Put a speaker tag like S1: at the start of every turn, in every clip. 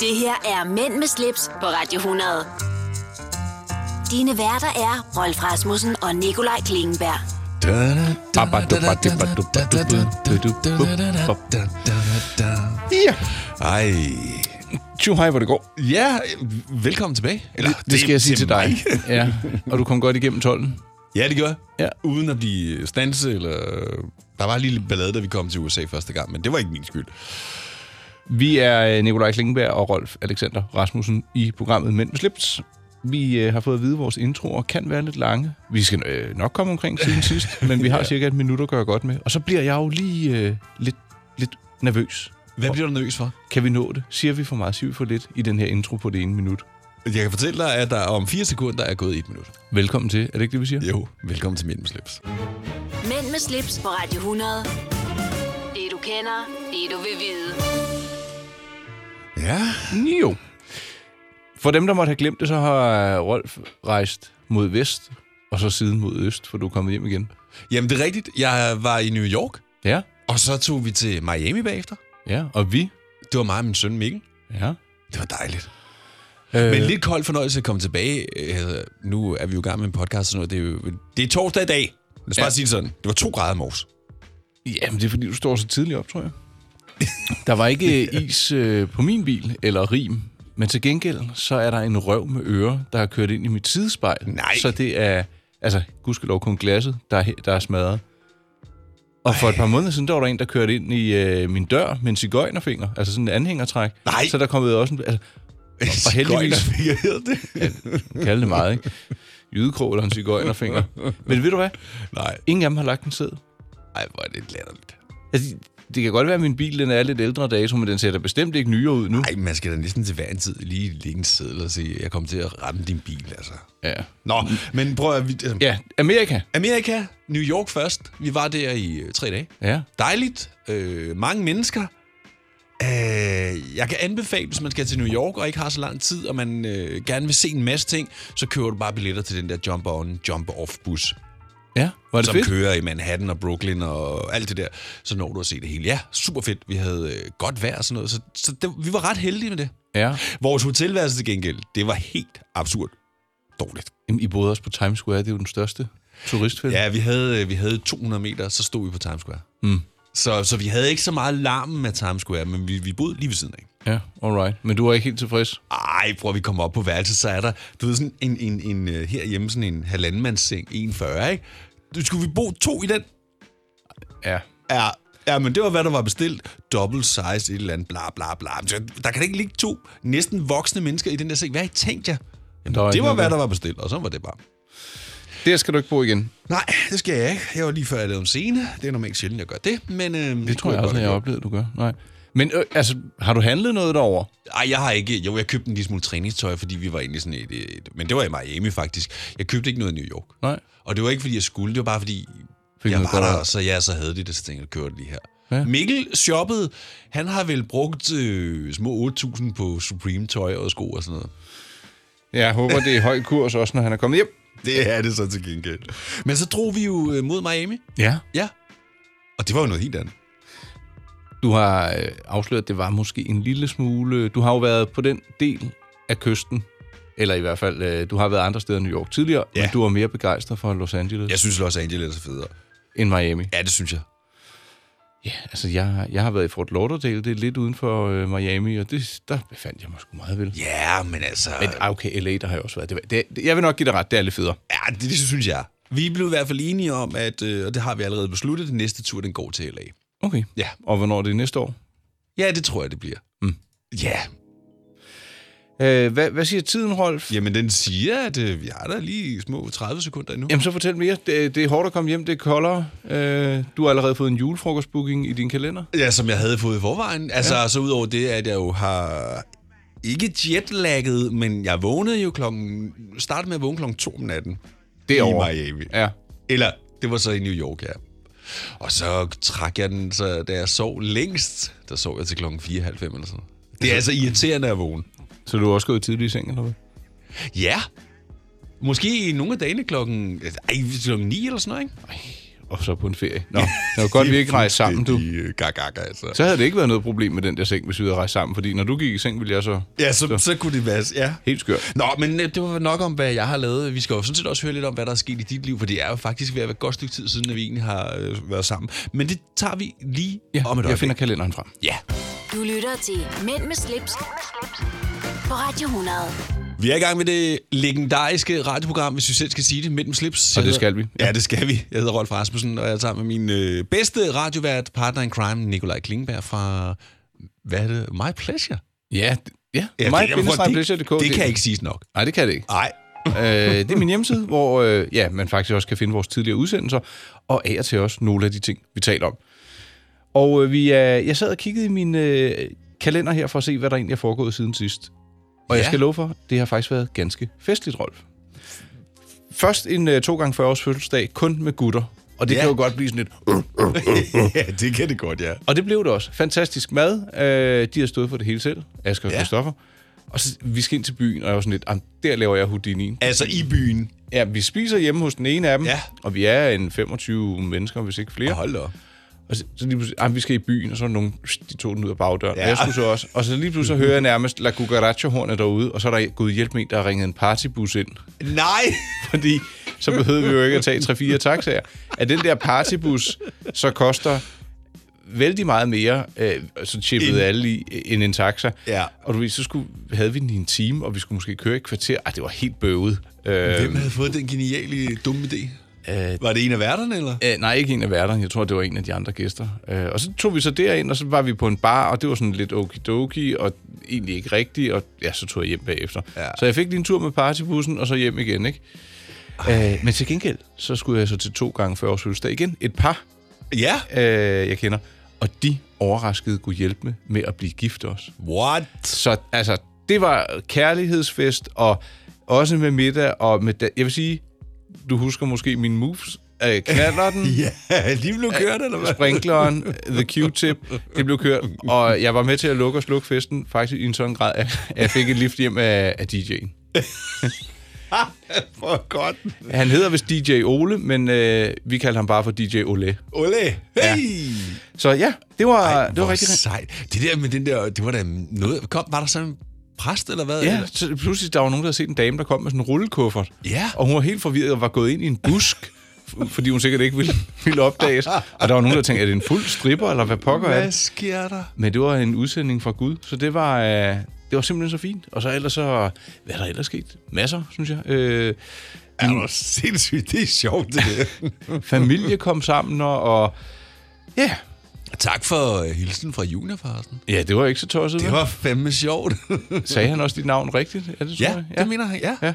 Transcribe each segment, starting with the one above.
S1: Det her er Mænd med slips på Radio 100. Dine værter er Rolf Rasmussen og Nikolaj Klingenberg.
S2: Ja.
S3: Ej.
S2: Tjo, hej, hvor det går.
S3: Ja, velkommen tilbage. Eller,
S2: Det, det skal jeg sige til dig.
S3: mig.
S2: Ja. Og du kom godt igennem tolden.
S3: Ja, det gør jeg.
S2: Ja.
S3: Uden at blive stanse, eller... Der var lige lidt ballade, da vi kom til USA første gang, men det var ikke min skyld.
S2: Vi er øh, Nikolaj Klingenberg og Rolf Alexander Rasmussen i programmet Mænd med slips. Vi øh, har fået at vide, at vores introer kan være lidt lange. Vi skal øh, nok komme omkring siden sidst, men vi har cirka et minut at gøre godt med. Og så bliver jeg jo lige øh, lidt, lidt nervøs.
S3: Hvad bliver du nervøs for?
S2: Kan vi nå det? Siger vi for meget? Siger vi for lidt i den her intro på det ene minut?
S3: Jeg kan fortælle dig, at der om fire sekunder er gået et minut.
S2: Velkommen til. Er det ikke det, vi siger?
S3: Jo, velkommen til Mænd med slips.
S1: Mænd med slips på Radio 100. Det du kender, det du vil vide.
S3: Ja.
S2: Jo. For dem, der måtte have glemt det, så har Rolf rejst mod vest, og så siden mod øst, for du er kommet hjem igen.
S3: Jamen, det er rigtigt. Jeg var i New York,
S2: Ja,
S3: og så tog vi til Miami bagefter.
S2: ja, og vi.
S3: Det var mig og min søn Mikkel.
S2: Ja.
S3: Det var dejligt.
S2: Øh,
S3: Men lidt kold fornøjelse at komme tilbage. Øh, Nu er vi jo i gang med en podcast, så det er, jo, det er torsdag i dag. Lad os
S2: Ja.
S3: bare sige det sådan. Det var to grader i morges.
S2: Jamen, det er fordi, du står så tidligt op, tror jeg. Der var ikke øh, is øh, på min bil, eller rim, men til gengæld, så er der en røv med ører, der har kørt ind i mit sidespejl.
S3: Nej.
S2: Så det er, altså, gudskelov kun glasset, der er, he- der er smadret. Og for et par måneder siden, der var der en, der kørte ind i øh, min dør med en cigøjnerfinger, altså sådan en anhængertræk.
S3: Nej.
S2: Så er der kommet også en, altså, og heldigvis-
S3: Skøjner, hedder det.
S2: kalde det meget, ikke? Jydekrog eller en cigøjnerfinger. Men ved du hvad?
S3: Nej,
S2: Ingen af dem har lagt en sæd.
S3: Ej, hvor er det latterligt.
S2: Altså, det kan godt være, at min bil den er lidt ældre dato, men den ser da bestemt ikke nyere ud nu.
S3: Ej, man skal da næsten til hver en tid lige lægge en seddel og sige, jeg kommer til at ramme din bil, altså.
S2: Ja.
S3: Nå, men prøv at... vi- altså,
S2: ja, Amerika.
S3: Amerika, New York først. Vi var der i øh, tre dage.
S2: Ja.
S3: Dejligt. Øh, mange mennesker. Øh, jeg kan anbefale, hvis man skal til New York og ikke har så lang tid, og man øh, gerne vil se en masse ting, så køber du bare billetter til den der jump-on, jump-off-bus,
S2: Ja, var det
S3: som
S2: fedt?
S3: kører i Manhattan og Brooklyn og alt det der. Så når du at se det hele. Ja, super fedt. Vi havde øh, godt vejr og sådan noget, så, så det, vi var ret heldige med det.
S2: Ja.
S3: Vores hotelværelse til gengæld, det var helt absurd dårligt.
S2: Jamen, I boede også på Times Square, det er jo den største turistfælde.
S3: Ja, vi havde, øh, vi havde 200 meter, så stod vi på Times Square. Mm. Så, så vi havde ikke så meget larmen med Times Square, men vi, vi boede lige ved siden af.
S2: ja alright. Men du var ikke helt tilfreds?
S3: Ej, prøv at vi kommer op på værelset, så er der, du ved, sådan en, en, en øh, herhjemme, sådan en halvandenmandsseng, 1,40, ikke? Du- Skulle vi bo to i den?
S2: Ja.
S3: Ja, ja, men det var, hvad der var bestilt. Double size, et eller andet, bla bla bla. Så Der kan da ikke ligge to næsten voksne mennesker i den der seng. Hvad har I tænkt jer? Jamen,
S2: Der var
S3: det
S2: ikke
S3: var,
S2: noget
S3: hvad
S2: der.
S3: der var bestilt, og så var det bare.
S2: Der skal du ikke bo igen.
S3: Nej, det skal jeg ikke. Jeg var lige før, jeg lavede en scene. Det er normalt sjældent, jeg gør det, men... Øh,
S2: Det tror jeg også, at jeg oplevede, du gør. Nej. Men øh, altså, har du handlet noget derover?
S3: Nej, jeg har ikke... Jo, jeg købte en lille smule træningstøj, fordi vi var inde i sådan et, et... Men det var i Miami, faktisk. Jeg købte ikke noget i New York.
S2: Nej.
S3: Og det var ikke, fordi jeg skulle. Det var bare, fordi
S2: Fik
S3: jeg
S2: noget
S3: var
S2: godt
S3: der,
S2: af.
S3: og så, ja, så havde de det, så tænkte jeg, kører det lige her.
S2: Ja.
S3: Ja. Mikkel shoppede. Han har vel brugt øh, små 8.000 på Supreme-tøj og sko og sådan noget.
S2: Jeg håber, det er høj kurs også, når han er kommet hjem.
S3: Det er det så til gengæld. Men så drog vi jo øh, mod Miami.
S2: Ja.
S3: Ja. Og det var jo noget helt andet.
S2: Du har øh, afsløret, at det var måske en lille smule... Du har jo været på den del af kysten, eller i hvert fald, øh, du har været andre steder end New York tidligere, ja.
S3: Ja.
S2: men du var mere begejstret for Los Angeles
S3: Jeg synes Los Angeles er federe.
S2: end Miami.
S3: Ja, det synes jeg.
S2: Ja, altså jeg, jeg har været i Fort Lauderdale, det er lidt uden for øh, Miami, og det, der befandt jeg mig sgu meget vel.
S3: Ja, men altså...
S2: Men ah, okay, LA, der har jeg også været. Det, var- det, det, jeg vil nok give dig ret, det er lidt federe.
S3: Ja, det, det synes jeg. Vi blev i hvert fald enige om, at, øh, og det har vi allerede besluttet, den næste tur, den går til LA.
S2: Okay.
S3: Ja.
S2: Og hvornår er det næste år?
S3: Ja, det tror jeg, det bliver.
S2: Mm.
S3: Ja,
S2: Øh, hvad, hvad siger tiden, Rolf?
S3: jamen den siger, at øh, vi har der lige små 30 sekunder endnu.
S2: Jamen så fortæl mere. Det, det er hårdt at komme hjem, det er koldere. Øh, du har allerede fået en julefrokostbooking i din kalender.
S3: Ja, som jeg havde fået i forvejen. Altså, ja. så udover det, at jeg jo har ikke jetlagget, men jeg vågnede jo klokken... Startede med at vågne klokken 2 om natten.
S2: Det er over.
S3: Miami.
S2: Ja.
S3: Eller, det var så i New York, ja. Og så trak jeg den, så da jeg sov længst, der sov jeg til klokken 4.30 eller sådan noget. Det er altså irriterende at vågne.
S2: Så du er også gået tidligt i seng, eller hvad?
S3: Ja. Måske i nogle af dagene klokken, ej, klokken 9 eller sådan noget, ikke?
S2: Ej, og så på en ferie. Nå, det var godt, vi ikke rejste sammen, du.
S3: Gak, gak, altså.
S2: Så havde det ikke været noget problem med den der seng, hvis vi havde rejst sammen, fordi når du gik i seng, ville jeg så...
S3: Ja, så, så. så kunne det være, ja.
S2: Helt skørt.
S3: Nå, men øh, det var nok om, hvad jeg har lavet. Vi skal jo sådan set også høre lidt om, hvad der er sket i dit liv, for det er jo faktisk ved at være et godt stykke tid siden, at vi egentlig har øh, været sammen. Men det tager vi lige ja, om et
S2: jeg
S3: øjeblik.
S2: finder kalenderen frem.
S3: Ja.
S1: Du lytter til Mænd med slips, på Radio 100.
S3: Vi er i gang med det legendariske radioprogram, hvis vi selv skal sige det, mellem slips.
S2: Og det
S3: Jeg
S2: skal
S3: hedder-
S2: vi.
S3: Ja, det skal vi. Jeg hedder Rolf Rasmussen, og jeg er sammen med min øh, bedste radiovært, partner in crime, Nikolaj Klingberg fra... Hvad er det? My Pleasure.
S2: Ja, d- ja. ja
S3: det, jeg tror,
S2: det,
S3: det, det kan ikke siges nok.
S2: Nej, det kan det ikke.
S3: Nej.
S2: øh, det er min hjemmeside, hvor øh, ja, man faktisk også kan finde vores tidligere udsendelser, og af og til også nogle af de ting, vi taler om. Og øh, vi er, jeg sad og kiggede i min øh, kalender her for at se, hvad der egentlig er foregået siden sidst. Og ja. jeg
S3: Ja.
S2: skal love for, det har faktisk været ganske festligt, Rolf. Først en øh, to gange 40 års fødselsdag, kun med gutter. Og det
S3: Ja.
S2: ja. kan jo godt blive sådan lidt... "Øh."
S3: ja, det kan det godt, ja.
S2: Og det blev det også. Fantastisk mad. Øh, de har stået for det hele selv, Asger og
S3: Ja.
S2: ja. Christoffer. Og så, vi skal ind til byen, og jeg var sådan lidt, "Jamen, der laver jeg Houdini'en.
S3: Altså i byen.
S2: Ja, vi spiser hjemme hos den ene af dem,
S3: Ja.
S2: og vi er en 25 mennesker, hvis ikke flere.
S3: Hold da op.
S2: Og så, så lige pludselig, ah, vi skal i byen, og så er der nogen, de tog den ud af bagdøren.
S3: Ja.
S2: Ja. Og jeg skulle så også. Og så lige pludselig så hører jeg nærmest La Cucaracha-hornet derude, og så er der gået hjælp med en, der har ringet en partybus ind.
S3: Nej!
S2: Fordi så behøvede vi jo ikke at tage 3-4 taxaer. At den der partybus så koster vældig meget mere, øh, så chippede
S3: End-
S2: alle i, end en taxa.
S3: Ja.
S2: Og du ved, så skulle, havde vi den i en time, og vi skulle måske køre et kvarter. Ej, det var helt bøvet. Øh,
S3: Hvem havde fået den geniale dumme idé?
S2: Øh,
S3: Var det en af værterne, eller?
S2: Øh, nej, ikke en af værterne. Jeg tror, det var en af de andre gæster. Øh, og så tog vi så derind, og så var vi på en bar, og det var sådan lidt okidoki, og egentlig ikke rigtigt, og ja, så tog jeg hjem bagefter.
S3: Ja.
S2: Ja. Så jeg fik lige en tur med partybussen, og så hjem igen, ikke? Øh, men til gengæld, så skulle jeg så til to gange 40 års fødselsdag igen. Et par,
S3: Ja.
S2: øh, jeg kender, og de overraskede kunne hjælpe med, med at blive gift også.
S3: What?
S2: Så altså, det var kærlighedsfest, og også med middag, og med... Da- jeg vil sige, du husker måske mine moves. Øh, knaller den,
S3: Ja, lige blev kørt, eller hvad?
S2: sprinkleren, the Q-tip, det blev kørt. Og jeg var med til at lukke og slukke festen, faktisk i en sådan grad, at jeg fik et lift hjem af, af DJ'en.
S3: For godt.
S2: Han hedder vist DJ Ole, men øh, vi kaldte ham bare for DJ Ole.
S3: Ole! Hey!
S2: Så ja, det var,
S3: Ej,
S2: Ah, det
S3: hvor
S2: var rigtig...
S3: sejt. Det der med den der, det var da noget... Kom, var der sådan en præst, eller hvad?
S2: Ja,
S3: Eller-
S2: så pludselig der var nogen, der havde set en dame, der kom med sådan en rullekuffert.
S3: Ja.
S2: Og hun var helt forvirret og var gået ind i en busk, f- fordi hun sikkert ikke ville, ville opdages. Og der var nogen, der tænkte, er det en fuld stripper, eller hvad pokker er
S3: Hvad
S2: det?
S3: sker der?
S2: Men det var en udsending fra Gud, så det var, øh, det var simpelthen så fint. Og så ellers så, hvad er der ellers sket? Masser, synes jeg. Øh,
S3: Er du sindssygt? Det er sjovt, det der.
S2: familie kom sammen, og, og ja.
S3: tak for øh, hilsen fra Junior, forresten.
S2: ja, det var ikke så tosset.
S3: Det
S2: vel?
S3: var fandme sjovt.
S2: Sagde han også dit navn rigtigt? Ja, det tror
S3: ja,
S2: jeg.
S3: det mener han, ja.
S2: Ja.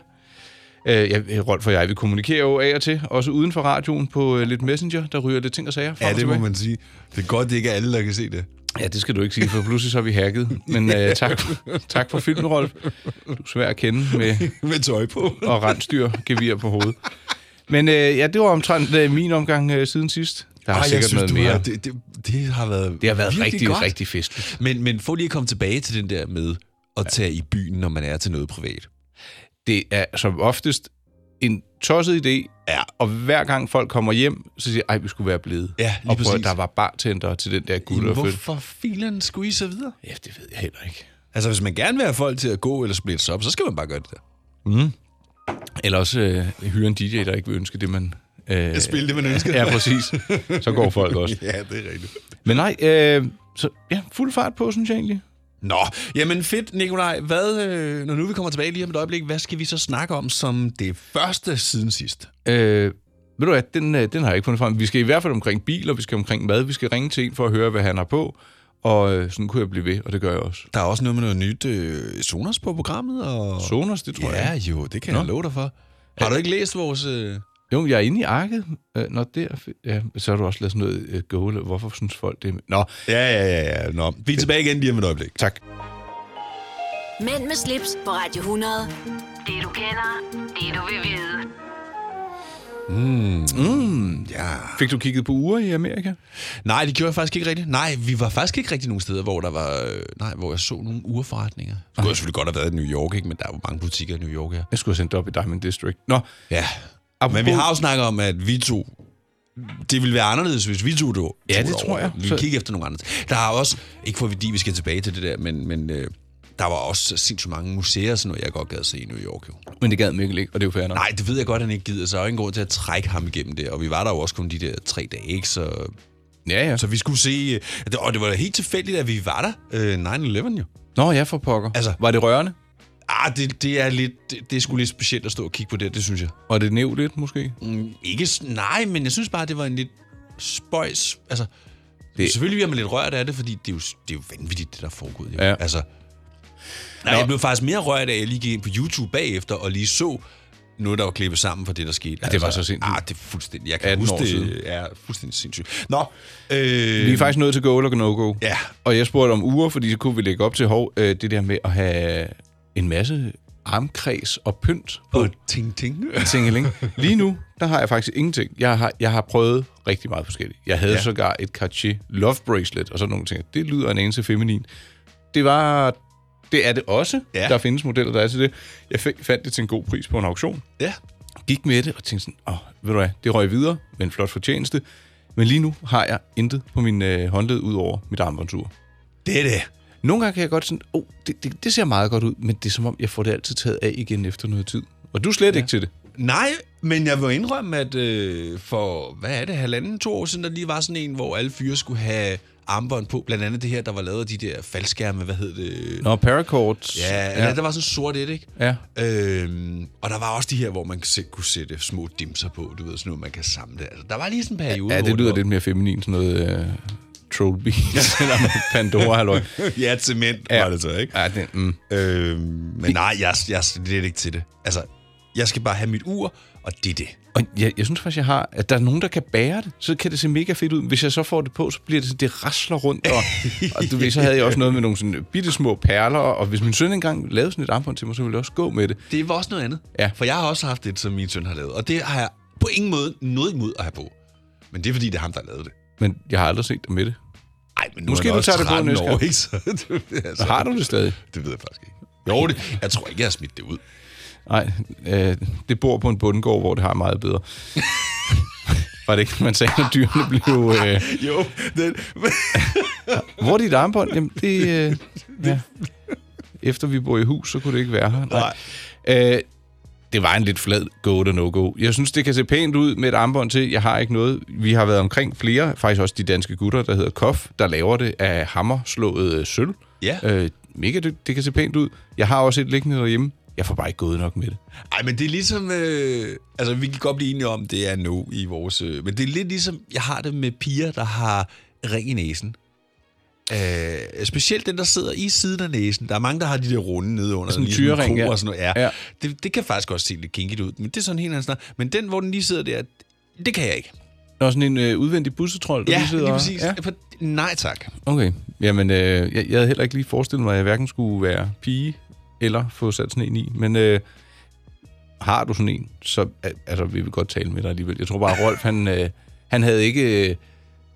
S2: Øh, ja, Rolf og jeg, vi kommunikerer jo af og til, også uden for radioen på øh, lidt messenger, der ryger lidt ting og sager frem
S3: Ja,
S2: og
S3: det må
S2: tilbage.
S3: man sige. Det er godt, det ikke er alle, der kan se det.
S2: Ja, det skal du ikke sige, for pludselig så er vi hacket. Men øh, tak, for- tak for filmen, Rolf. Du er svær at kende med,
S3: Med tøj på.
S2: og rensdyr gevir på hovedet. Men øh, ja, det var omtrent øh, min omgang øh, siden sidst. Der er
S3: Ej,
S2: Ej, sikkert noget
S3: du
S2: mere.
S3: Har,
S2: det,
S3: det, det, det har været
S2: det har været
S3: virkelig
S2: rigtig,
S3: godt.
S2: godt. rigtig festligt.
S3: Men, men for lige at komme tilbage til den der med at tage i byen, når man er til noget privat.
S2: Det er som oftest en tosset idé,
S3: Ja.
S2: og hver gang folk kommer hjem, så siger jeg, vi skulle være blevet.
S3: Ja, lige
S2: og prøv,
S3: præcis.
S2: at der var bartender til den der guld og følge.
S3: Hvorfor filen skulle I så videre?
S2: Ja, det ved jeg heller ikke.
S3: Altså, hvis man gerne vil have folk til at gå eller splitte sig op, så skal man bare gøre det der.
S2: Eller også øh, hyre en DJ, der ikke vil ønske det, man... Øh,
S3: Spil det, man ønsker.
S2: ja, præcis. Så går folk også.
S3: ja, det er rigtigt.
S2: Men nej, øh, så ja, fuld fart på, synes jeg egentlig.
S3: Nå, jamen fedt, Nikolaj. Hvad, øh, når nu vi kommer tilbage lige om et øjeblik, hvad skal vi så snakke om som det første siden sidst?
S2: Øh, ved du hvad, den, øh, den har jeg ikke fundet frem. Vi skal i hvert fald omkring biler, vi skal omkring mad, vi skal ringe til en for at høre, hvad han har på. Og øh, sådan kunne jeg blive ved, og det gør jeg også.
S3: Der er også noget med noget nyt øh, Sonos på programmet. Og...
S2: Sonos, det tror
S3: Ja,
S2: jeg.
S3: jo, det kan Nå. jeg love dig for. Har du ikke læst vores... Øh...
S2: Jo, jeg er inde i arket. Øh, når det er fe- ja, så har du også lavet sådan noget øh, gåle. Hvorfor synes folk det? er- Nå,
S3: Ja, ja, ja, ja. Nå. Vi er tilbage igen lige om et øjeblik.
S2: tak.
S1: Mænd med slips på Radio 100. Det du kender, det du vil vide.
S3: Ja.
S2: Fik du kigget på uger i Amerika?
S3: Nej, det gjorde jeg faktisk ikke rigtigt. Nej, vi var faktisk ikke rigtig nogen steder, hvor der var... Øh, nej, hvor jeg så nogle urforretninger. Det kunne jeg selvfølgelig godt have været i New York, ikke? Men der er jo mange butikker i New York her.
S2: Jeg skulle have sendt det op i Diamond District. Nå,
S3: Ja.
S2: Apropos-
S3: Men vi har jo snakket om, at vi to det ville være anderledes, hvis vi tog det tog
S2: Ja, det
S3: over.
S2: tror jeg.
S3: Vi vil kigge efter nogle andre. Der er også, ikke fordi vi skal tilbage til det der, men, men øh, der var også sindssygt mange museer, og sådan noget, jeg godt gad at se i New York jo.
S2: Men det gad Mikkel ikke, og det er jo fair nok.
S3: Nej, det ved jeg godt, han ikke gider, så der er jo ingen grund til at trække ham igennem det. Og vi var der jo også kun de der tre dage, ikke? Så,
S2: Ja, ja.
S3: så vi skulle se... øh, det- Og det var da helt tilfældigt, at vi var der. Øh, 9-11 jo.
S2: Nå, ja, for pokker.
S3: Altså-
S2: var det rørende?
S3: Ah, det, det, er lidt, det, det er sgu lidt specielt at stå og kigge på det, det synes jeg.
S2: Var det nævnt lidt, måske?
S3: Mm, ikke, s- nej, men jeg synes bare, det var en lidt spøjs... Altså, det.
S2: Det-
S3: selvfølgelig bliver man lidt rørt af det, fordi det er jo, s- det er jo vanvittigt, det der er foregået. Jo.
S2: Ja.
S3: Altså, nej, jeg blev faktisk mere rørt af, at jeg lige gik ind på YouTube bagefter og lige så noget, der var klippet sammen for det, der skete. Ja,
S2: det var så sindssygt.
S3: Ah, det er fuldstændig... Jeg kan
S2: 18
S3: huske,
S2: år
S3: det
S2: siden.
S3: er fuldstændig sindssygt. Nå, øh,
S2: Vi er faktisk nået til go eller no-go.
S3: Ja.
S2: Og jeg spurgte om uger, fordi så kunne vi lægge op til hov, øh, det der med at have en masse armkreds og pynt på
S3: Og ting, ting.
S2: tingeling. Lige nu, der har jeg faktisk ingenting. Jeg har, jeg har prøvet rigtig meget forskelligt. Jeg havde
S3: Ja.
S2: ja. sågar et Cartier Love Bracelet og sådan nogle ting. Det lyder en anelse feminin. Det var... Det er det også.
S3: Ja.
S2: Ja. Der findes modeller, der er til det. Jeg fik, fandt det til en god pris på en auktion.
S3: ja.
S2: Gik med det og tænkte sådan, åh, ved du hvad, det røg videre, men flot fortjeneste. Men lige nu har jeg intet på min øh, håndled ud over mit armbåndsur.
S3: Det er det.
S2: Nogle gange kan jeg godt sådan, åh, oh, det, det, det ser meget godt ud, men det er som om, jeg får det altid taget af igen efter noget tid. Og du er slet ja. ikke til det.
S3: Nej, men jeg vil indrømme, at øh, for, hvad er det, halvanden, to år siden, der lige var sådan en, hvor alle fyre skulle have armbånd på. Blandt andet det her, der var lavet af de der faldskærme, hvad hed det?
S2: Nå, paracords.
S3: Ja, ja. Eller, der var sådan sort et, ikke?
S2: Ja.
S3: Øhm, og der var også de her, hvor man selv kunne sætte små dimser på, du ved, sådan noget, man kan samle. Altså, der var lige sådan en periode,
S2: Ja,
S3: hvor
S2: det lyder
S3: var-
S2: lidt mere feminin, sådan noget øh, trollbeat, eller noget pandora halløj.
S3: ja, cement ja.
S2: Ja.
S3: var det så, ikke?
S2: Ja, det, mm.
S3: Øhm, men nej, jeg, jeg er slet ikke til det. Altså, jeg skal bare have mit ur, og det er det.
S2: Og jeg, jeg synes faktisk, jeg har, at der er nogen, der kan bære det, så kan det se mega fedt ud. Hvis jeg så får det på, så bliver det sådan, det rasler rundt. Og, og du ved, så havde jeg også noget med nogle sådan øh, bitte små perler, og hvis min søn engang lavede sådan et armbånd til mig, så ville jeg også gå med det.
S3: Det var også noget andet.
S2: Ja.
S3: For jeg har også haft et, som min søn har lavet. Og det har jeg på ingen måde noget imod at have på. Men det er fordi, det er ham, der har lavet det.
S2: Men jeg har aldrig set dig med det.
S3: Nej, men nu
S2: Måske
S3: er han
S2: du
S3: også
S2: tager det på
S3: 13
S2: næste
S3: år,
S2: gang.
S3: ikke? Så det, altså,
S2: Så har du det stadig?
S3: det ved jeg faktisk ikke. Jo, det, jeg tror ikke, jeg har smidt det ud.
S2: Nej, øh, det bor på en bundgård, hvor det har meget bedre. Var det ikke, man sagde, når dyrene blev... Øh,
S3: Jo, det,
S2: Hvor er dit armbånd? Jamen, det... Øh, ja. Efter vi bor i hus, så kunne det ikke være her. Nej. Øh, det var en lidt flad go to no-go. Jeg synes, det kan se pænt ud med et armbånd til. Jeg har ikke noget. Vi har været omkring flere, faktisk også de danske gutter, der hedder Kof, der laver det af hammerslået øh, sølv.
S3: Ja.
S2: Øh, mega, det, det kan se pænt ud. Jeg har også et liggende derhjemme. Jeg får bare ikke gået nok med det.
S3: Ej, men det er ligesom... Øh, altså, vi kan godt blive enige om, det er no i vores... Øh, men det er lidt ligesom, jeg har det med piger, der har ring i næsen. Øh, specielt den, der sidder i siden af næsen. Der er mange, der har de der runde nede under.
S2: Sådan en
S3: ligesom
S2: tyrering,
S3: ko
S2: ja.
S3: og sådan noget. Ja. ja.
S2: Ja.
S3: Det, det kan faktisk godt se lidt kinkigt ud, men det er sådan en helt anden snak. Men den, hvor den lige sidder der, det kan jeg ikke.
S2: Der er sådan en øh, udvendig bussetrol, der
S3: Ja,
S2: lige sidder
S3: lige
S2: og-
S3: præcis. Ja. Nej tak.
S2: Okay. Jamen, øh, jeg, jeg havde heller ikke lige forestillet mig, at jeg hverken skulle være pige eller få sat sådan en i. Men øh, har du sådan en, så al- altså, vi vil godt tale med dig alligevel. Jeg tror bare, at Rolf, han, øh, han havde ikke øh,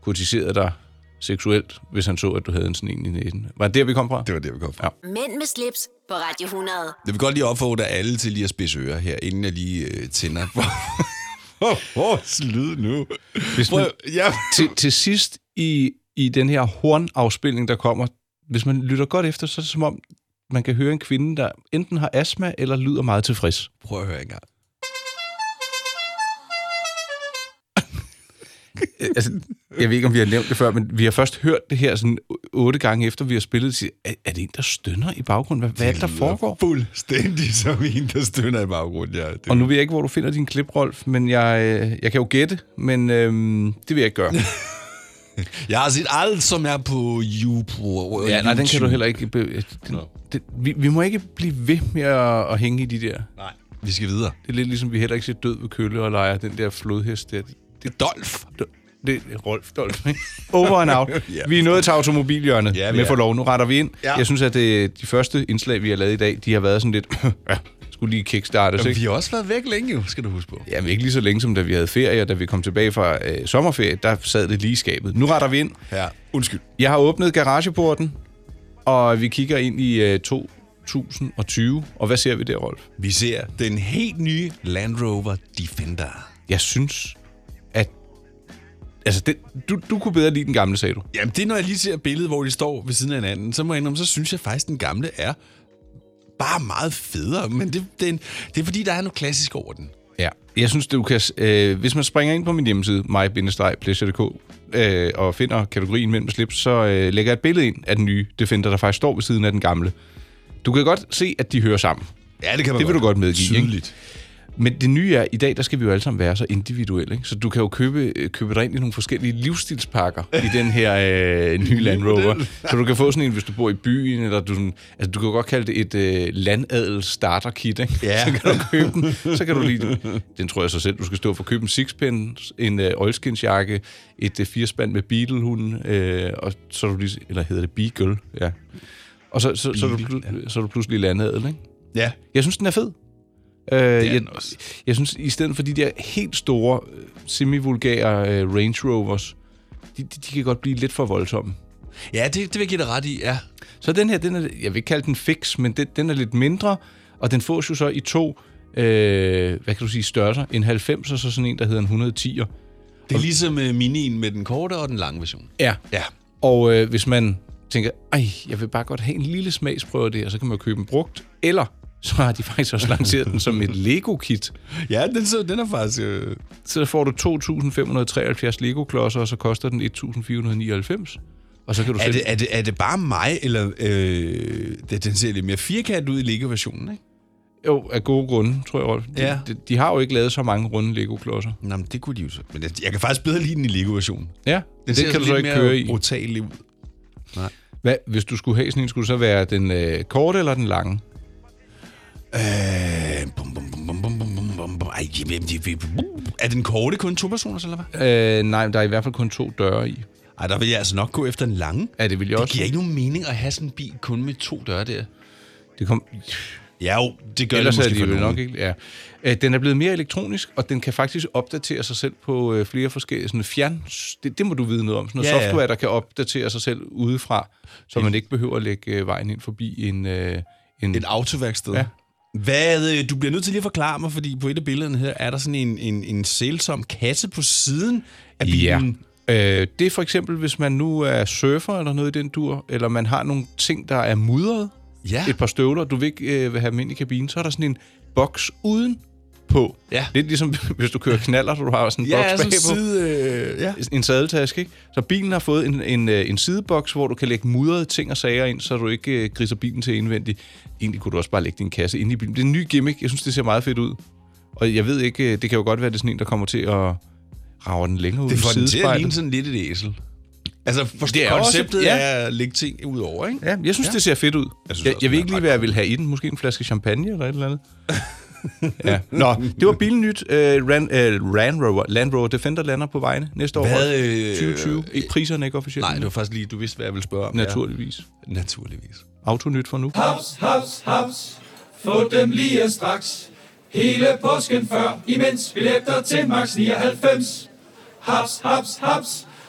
S2: kritiseret dig seksuelt, hvis han så, at du havde en sådan en i næsen. Var det der, vi kom fra?
S3: Det var det, vi kom fra.
S2: Ja.
S1: Mænd med slips på Radio 100.
S3: Jeg vil godt lige opfordre alle til lige at spidse ører her, inden jeg lige øh, tænder for for vores lyd nu.
S2: Hvis man,
S3: Prøv, ja.
S2: til, til sidst i, i den her hornafspilning, der kommer, hvis man lytter godt efter, så er det som om, man kan høre en kvinde, der enten har astma eller lyder meget tilfreds.
S3: Prøv at høre engang.
S2: altså, jeg ved ikke, om vi har nævnt det før, men vi har først hørt det her sådan otte gange efter, vi har spillet det. Siger, Er, er det en, der stønner i baggrunden? Hvad, hvad er det, der foregår?
S3: Fuldstændig som en, der stønner i baggrunden. Ja, det.
S2: Og nu ved jeg ikke, hvor du finder din klip, Rolf, men jeg, øh, jeg kan jo gætte, men øhm, det vil jeg ikke gøre.
S3: Jeg har set alt, som er på YouTube.
S2: ja, nej, den kan du heller ikke... Be- den, den, vi, vi må ikke blive ved med at, at hænge i de der.
S3: Nej, vi skal videre.
S2: Det er lidt ligesom, vi heller ikke ser død ved kølle og leger den der flodhest der.
S3: Det er Dolf.
S2: Det er Rolf Dolph, ikke? Over and out.
S3: Ja.
S2: Vi er nået til automobilhjørnet
S3: Ja,
S2: ja,
S3: vi
S2: med
S3: er.
S2: forlov. Nu retter vi ind.
S3: Ja.
S2: Ja. Jeg synes, at det, de første indslag, vi har lavet i dag, de har været sådan lidt... ja, skulle lige kickstartes,
S3: Vi
S2: ikke?
S3: har også været væk længe, jo, skal du huske på.
S2: Jamen ikke lige så længe, som da vi havde ferie, og da vi kom tilbage fra øh, sommerferie, der sad det lige i skabet. Nu retter vi ind.
S3: Ja, undskyld.
S2: Jeg har åbnet garageporten, og vi kigger ind i øh, 2020. Og hvad ser vi der, Rolf?
S3: Vi ser den helt nye Land Rover Defender.
S2: Jeg synes, at Altså, det, du, du kunne bedre lide den gamle, sagde du.
S3: Jamen, det er, når jeg lige ser billedet, hvor de står ved siden af hinanden, så må jeg indrømme, så synes jeg faktisk, den gamle er bare meget federe. Men det, den, det er fordi, der er noget klassisk over den.
S2: Ja. Jeg synes, du kan... Øh, hvis man springer ind på min hjemmeside, my øh, og finder kategorien mellem slips, så øh, lægger jeg et billede ind af den nye Defender, der faktisk står ved siden af den gamle. Du kan godt se, at de hører sammen.
S3: Ja, det kan
S2: Det vil du godt medgive, ikke?
S3: Tydeligt.
S2: Men det nye er, i dag der skal vi jo alle sammen være så individuelle, ikke? så du kan jo købe, øh, købe dig ind i nogle forskellige livsstilspakker i den her øh, nye Land Rover. Så du kan få sådan en, hvis du bor i byen, eller du, sådan, altså, du kan jo godt kalde det et øh, landadel starter kit, ikke?
S3: Ja.
S2: så kan du købe den, så kan du lide den. Den tror jeg så selv, du skal stå for at købe en sixpence, en øh, oilskinsjakke, et øh, firespand med beetlehunden, øh, og så er du lige, eller hedder det beagle, ja. Og så, så, så, så, er, du, plu- så er du pludselig landadel, ikke?
S3: Ja.
S2: Jeg synes, den er fed. Øh, det jeg,
S3: den også.
S2: jeg synes, i stedet for de der helt store, øh, semivulgære øh, Range Rovers, de, de, de kan godt blive lidt for voldsomme.
S3: Ja, det, det vil jeg give dig ret i, ja.
S2: Så den her, den er, jeg vil ikke kalde den fix, men den, den er lidt mindre, og den fås jo så i to, øh, hvad kan du sige, størrelser. En 90 og så sådan en, der hedder en 110'er.
S3: Det er ligesom uh, minien med den korte og den lange version.
S2: Ja.
S3: Ja.
S2: Og øh, hvis man tænker, ej, jeg vil bare godt have en lille smagsprøve af det her, så kan man jo købe den brugt, eller så har de faktisk også lanceret den som et Lego-kit.
S3: Ja, den, så, den er faktisk... Øh...
S2: så får du 2.573 Lego-klodser, og så koster den 1.499. Og så kan du
S3: Er,
S2: selv...
S3: det, er, det, er det bare mig, eller... Øh, det, den ser lidt mere firkantet ud i Lego-versionen, ikke?
S2: Jo, af gode grunde, tror jeg, Rolf. De,
S3: Ja.
S2: de, de har jo ikke lavet så mange runde Lego-klodser.
S3: Nå, men det kunne de jo så. Men jeg, jeg kan faktisk bedre lide den i Lego-versionen.
S2: Ja, det, det kan du så ikke køre i.
S3: brutal ud.
S2: Hvad, hvis du skulle have sådan en, skulle det så være den øh, korte eller den lange?
S3: Øh, bum, bum, bum, bum, bum, bum, bum, bum, bum. Ej, jamen, det- det- bum. Er den korte kun to personer, eller hvad?
S2: Øh, nej, men der er i hvert fald kun to døre i.
S3: Ej, der vil jeg altså nok gå efter den lange.
S2: Ja, det vil jeg
S3: Det
S2: også.
S3: giver ikke nogen mening at have sådan en bil kun med to døre der.
S2: Det kom...
S3: Ja, jo, det gør
S2: Ellers
S3: det
S2: er
S3: måske
S2: det jo
S3: for nogen.
S2: nok ikke... Ja. Øh, den er blevet mere elektronisk, og den kan faktisk opdatere sig selv på øh, flere forskellige... Sådan fjern... Det, det må du vide noget om. Sådan noget
S3: Ja,
S2: ja,
S3: ja.
S2: software, der kan opdatere sig selv udefra, så man ikke behøver at lægge øh, vejen ind forbi en... Øh, en
S3: Et autoværksted.
S2: Ja.
S3: Hvad, øh, du bliver nødt til lige at forklare mig, fordi på et af billederne her er der sådan en, en, en sælsom kasse på siden af
S2: ja.
S3: bilen.
S2: Øh, det er for eksempel, hvis man nu er surfer eller noget i den dur, eller man har nogle ting, der er mudret.
S3: Ja.
S2: Et par støvler, du vil ikke øh, vil have dem ind i kabinen, så er der sådan en boks uden på.
S3: Ja.
S2: Lidt ligesom, hvis du kører knaller, så du har sådan en
S3: Ja,
S2: boks
S3: sådan
S2: bagpå.
S3: en side... Øh, ja.
S2: en sadeltaske, ikke? Så bilen har fået en, en, øh, en sideboks, hvor du kan lægge mudrede ting og sager ind, så du ikke øh, griser bilen til indvendigt. Egentlig kunne du også bare lægge din kasse ind i bilen. Det er en ny gimmick. Jeg synes, det ser meget fedt ud. Og jeg ved ikke, øh, det kan jo godt være, at det er sådan en, der kommer til at rave den længere ud
S3: Det
S2: i
S3: får den til at
S2: sidespejlet.
S3: ligne sådan lidt et æsel. Altså, forstå,
S2: Det er også-
S3: konceptet
S2: ja.
S3: er at lægge ting ud over, ikke?
S2: Ja, jeg synes, ja. det ser fedt ud. Jeg,
S3: synes
S2: jeg,
S3: også,
S2: jeg ved
S3: den er
S2: ikke lige,
S3: ret
S2: hvad jeg vil have i den. Måske en flaske champagne eller et eller andet. ja. Nå, det var bilnyt. Øh, Ran, øh, Land, Rover, Land Rover Defender lander på vejene næste år.
S3: Hvad, øh,
S2: 2020. Ikke priserne er ikke officielt.
S3: Nej, det var faktisk lige, du vidste, hvad jeg ville spørge om.
S2: Naturligvis.
S3: Ja. Naturligvis.
S2: Autonyt for nu.
S4: Haps, haps, haps. Få dem lige straks. Hele påsken før, imens billetter til max 99. Haps, haps, haps.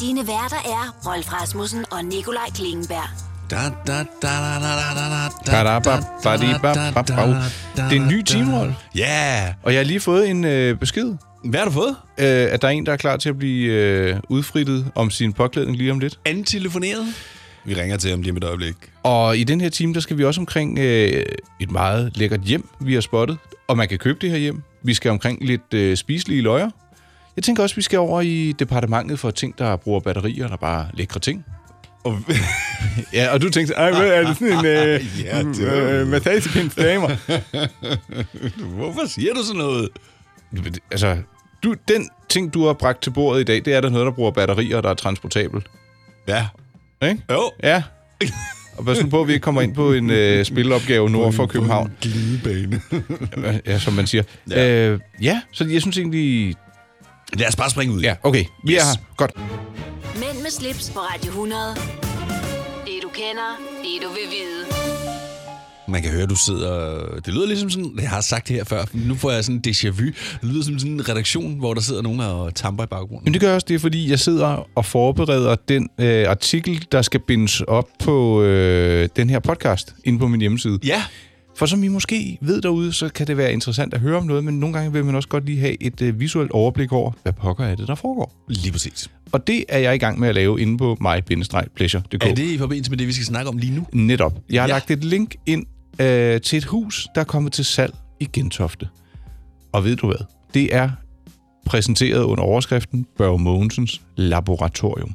S1: Dine værter er Rolf Rasmussen og Nikolaj Klingenberg.
S3: Da, da, da, da, da, da, da, da,
S2: Ba-da-ba, ba-di-ba, ba-bau. Det er en ny teamroll.
S3: Ja!
S2: Og jeg har lige fået en øh, besked,
S3: Hvad har du fået?
S2: øh, at der er en, der er klar til at blive øh, udfrittet om sin påklædning lige om lidt.
S3: Anden telefoneret? Vi ringer til ham lige om et øjeblik.
S2: Og i den her time, der skal vi også omkring øh, et meget lækkert hjem, vi har spottet. Og man kan købe det her hjem. Vi skal omkring lidt øh, spiselige løjer. Jeg tænker også, vi skal over i departementet for ting, der bruger batterier, der bare er lækre ting.
S3: Og,
S2: Ja, og du tænkte, ej, hvad er det sådan en øh,
S3: Ja, det var- øh,
S2: massagepindsdamer?
S3: hvorfor siger du sådan noget?
S2: altså, du, den ting, du har bragt til bordet i dag, det er der noget, der bruger batterier, der er transportabelt.
S3: Ja.
S2: Ikke?
S3: Jo.
S2: Ja. Og pas nu på, at vi ikke kommer ind på en øh, spilleopgave nord for København, øh,
S3: Glidebane.
S2: ja, som man siger.
S3: Ja.
S2: Ja. Øh, ja, så jeg synes egentlig,
S3: Lad os bare springe ud. i
S2: Ja,
S3: det.
S2: okay. Vi yes.
S3: Yes.
S2: er her. Godt.
S1: Mænd med slips på Radio 100. Det du kender, det du vil vide.
S3: Man kan høre, du sidder... Det lyder ligesom sådan... Jeg har sagt det her før. Nu får jeg sådan déjà vu. Det lyder som sådan en redaktion, hvor der sidder nogen og tamper i baggrunden.
S2: Men det gør også det, fordi jeg sidder og forbereder den øh, artikel, der skal bindes op på øh, den her podcast inde på min hjemmeside.
S3: Ja,
S2: For som I måske ved derude, så kan det være interessant at høre om noget, men nogle gange vil man også godt lige have et øh, visuelt overblik over, hvad pokker er det, der foregår.
S3: lige præcis.
S2: Og det er jeg i gang med at lave inde på mig-pleasure.dk.
S3: Er det i forbindelse med det, vi skal snakke om lige nu?
S2: Netop. Jeg har ja.
S3: Ja.
S2: lagt et link ind øh, til et hus, der er kommet til salg i Gentofte. Og ved du hvad? Det er præsenteret under overskriften Børge Mogensens Laboratorium.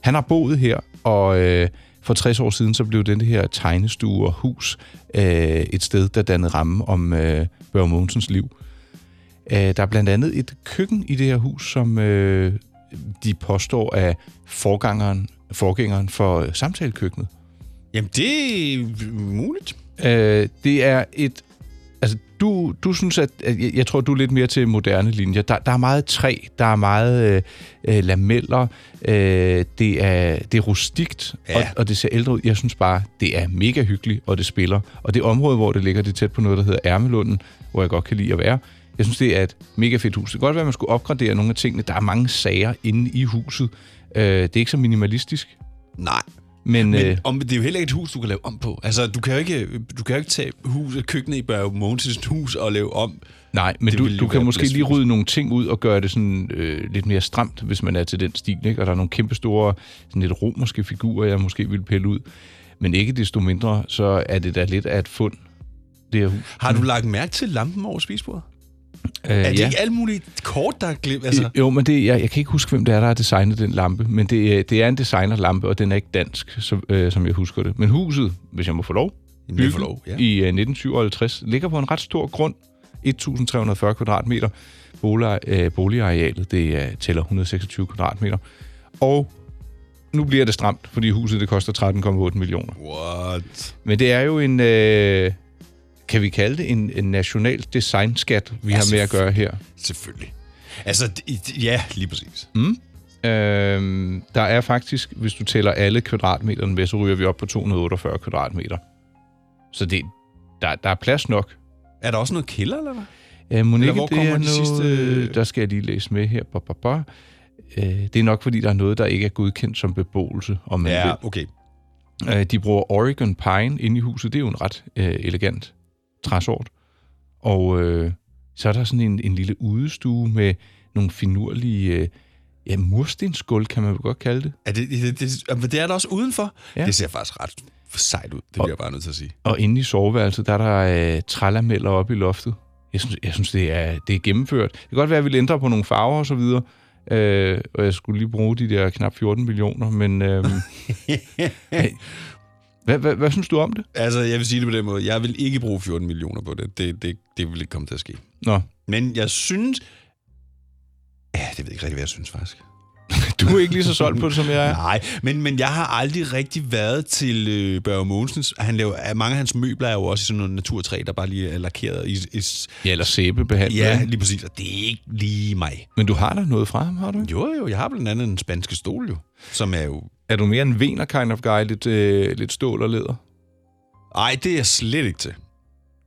S2: Han har boet her, og øh, for 60 år siden så blev den her tegnestue og hus øh, et sted, der dannede ramme om øh, Børge Mogensens liv. Øh, der er blandt andet et køkken i det her hus, som øh, de påstår er forgangeren, forgængeren for øh, samtalekøkkenet.
S3: Jamen, det er muligt.
S2: Øh, det er et... Altså, du, du synes, at... at jeg, jeg tror, du er lidt mere til moderne linjer. Der, der er meget træ, der er meget øh, øh, lameller, øh, det, er, det er rustikt, ja.
S3: Ja.
S2: og, og det ser ældre ud. Jeg synes bare, det er mega hyggeligt, og det spiller. Og det område, hvor det ligger, det er tæt på noget, der hedder Ærmelunden, hvor jeg godt kan lide at være. Jeg synes, det er et mega fedt hus. Det kan godt være, at man skulle opgradere nogle af tingene. Der er mange sager inde i huset. Øh, det er ikke så minimalistisk,
S3: Nej.
S2: men... men øh,
S3: Men om, det er jo heller ikke et hus, du kan lave om på. Altså, du kan jo ikke, du kan jo ikke tage hus, køkkenet i Børge Mogensens hus og lave om.
S2: Nej, men
S3: Det
S2: du,
S3: ville
S2: du
S3: jo
S2: kan
S3: være
S2: måske lige
S3: blasfemisk.
S2: rydde nogle ting ud og gøre det sådan øh, lidt mere stramt, hvis man er til den stil, ikke? Og der er nogle kæmpe store, sådan lidt romerske figurer, jeg måske ville pille ud. Men ikke desto mindre, så er det da lidt af et fund, det her hus. Mm.
S3: Har du lagt mærke til lampen over spisebordet?
S2: Øh,
S3: Er det ikke alle mulige kort, der er glemt? Altså,
S2: Altså. Jo, men det, jeg, jeg kan ikke huske, hvem det er, der har designet den lampe, men det, øh, det er en designerlampe, og den er ikke dansk, så, øh, som jeg husker det. Men huset, hvis jeg må få lov,
S3: Jamen, jeg
S2: bygget
S3: får lov, ja.
S2: i øh, 1957, ligger på en ret stor grund, 1.340 kvadratmeter. Bolig, øh, boligarealet det øh, tæller 126 kvadratmeter. Og nu bliver det stramt, fordi huset det koster 13,8 millioner.
S3: What?
S2: Men det er jo en, øh, kan vi kalde det, en, en national designskat, vi
S3: Ja,
S2: har med at gøre her.
S3: Selvfølgelig. Altså, det- det- ja, lige præcis. Mm.
S2: Øhm, der er faktisk, hvis du tæller alle kvadratmeterne med, så ryger vi op på 248 kvadratmeter. Så det, der, der er plads nok.
S3: Er der også noget kælder, eller hvad?
S2: Øh, Monique,
S3: Eller hvor
S2: det
S3: kommer
S2: er
S3: de sidste-
S2: Der skal jeg lige læse med her. Ba, ba, ba. Øh, det er nok, fordi der er noget, der ikke er godkendt som beboelse, om man ja.
S3: okay.
S2: vil. Øh, de bruger Oregon Pine inde i huset. Det er jo en ret øh, elegant træsort. Og øh, så er der sådan en, en lille udestue med nogle finurlige... Øh, ja, murstensgulv kan man vel godt kalde det.
S3: Er det, det, det, det, det er der også udenfor.
S2: Ja.
S3: Ja. Det ser faktisk ret sejt ud, det bliver jeg bare nødt til at sige.
S2: Og inde i soveværelset, der er der øh, trælameller oppe i loftet. Jeg synes, jeg synes det, er, det er gennemført. Det kan godt være, at vi ville ændre på nogle farver og så videre. Øh, og jeg skulle lige bruge de der knap 14 millioner, men... Øh, hvad, hvad, hvad synes du om det?
S3: Altså, jeg vil sige det på den måde. Jeg vil ikke bruge 14 millioner på det. Det, det, det vil ikke komme til at ske.
S2: Nå,
S3: Men jeg synes... Ja, det ved jeg ikke rigtig, hvad jeg synes faktisk.
S2: du er ikke lige så solgt på det, som jeg er.
S3: Nej, men, men jeg har aldrig rigtig været til øh, Børge Mogensens. Han laver, øh, mange af hans møbler er jo også i sådan noget naturtræ, der bare lige er lakeret. I, i,
S2: Ja, eller sæbebehandling.
S3: ja,
S2: Ja.
S3: lige præcis. Og det er ikke lige mig.
S2: Men du har da noget fra ham, har du ikke?
S3: Jo, jo, jeg har blandt andet en spanske stol jo, som er jo...
S2: Er du mere en vener kind of guy, lidt, øh, lidt stål og læder?
S3: Ej, det er jeg slet ikke til.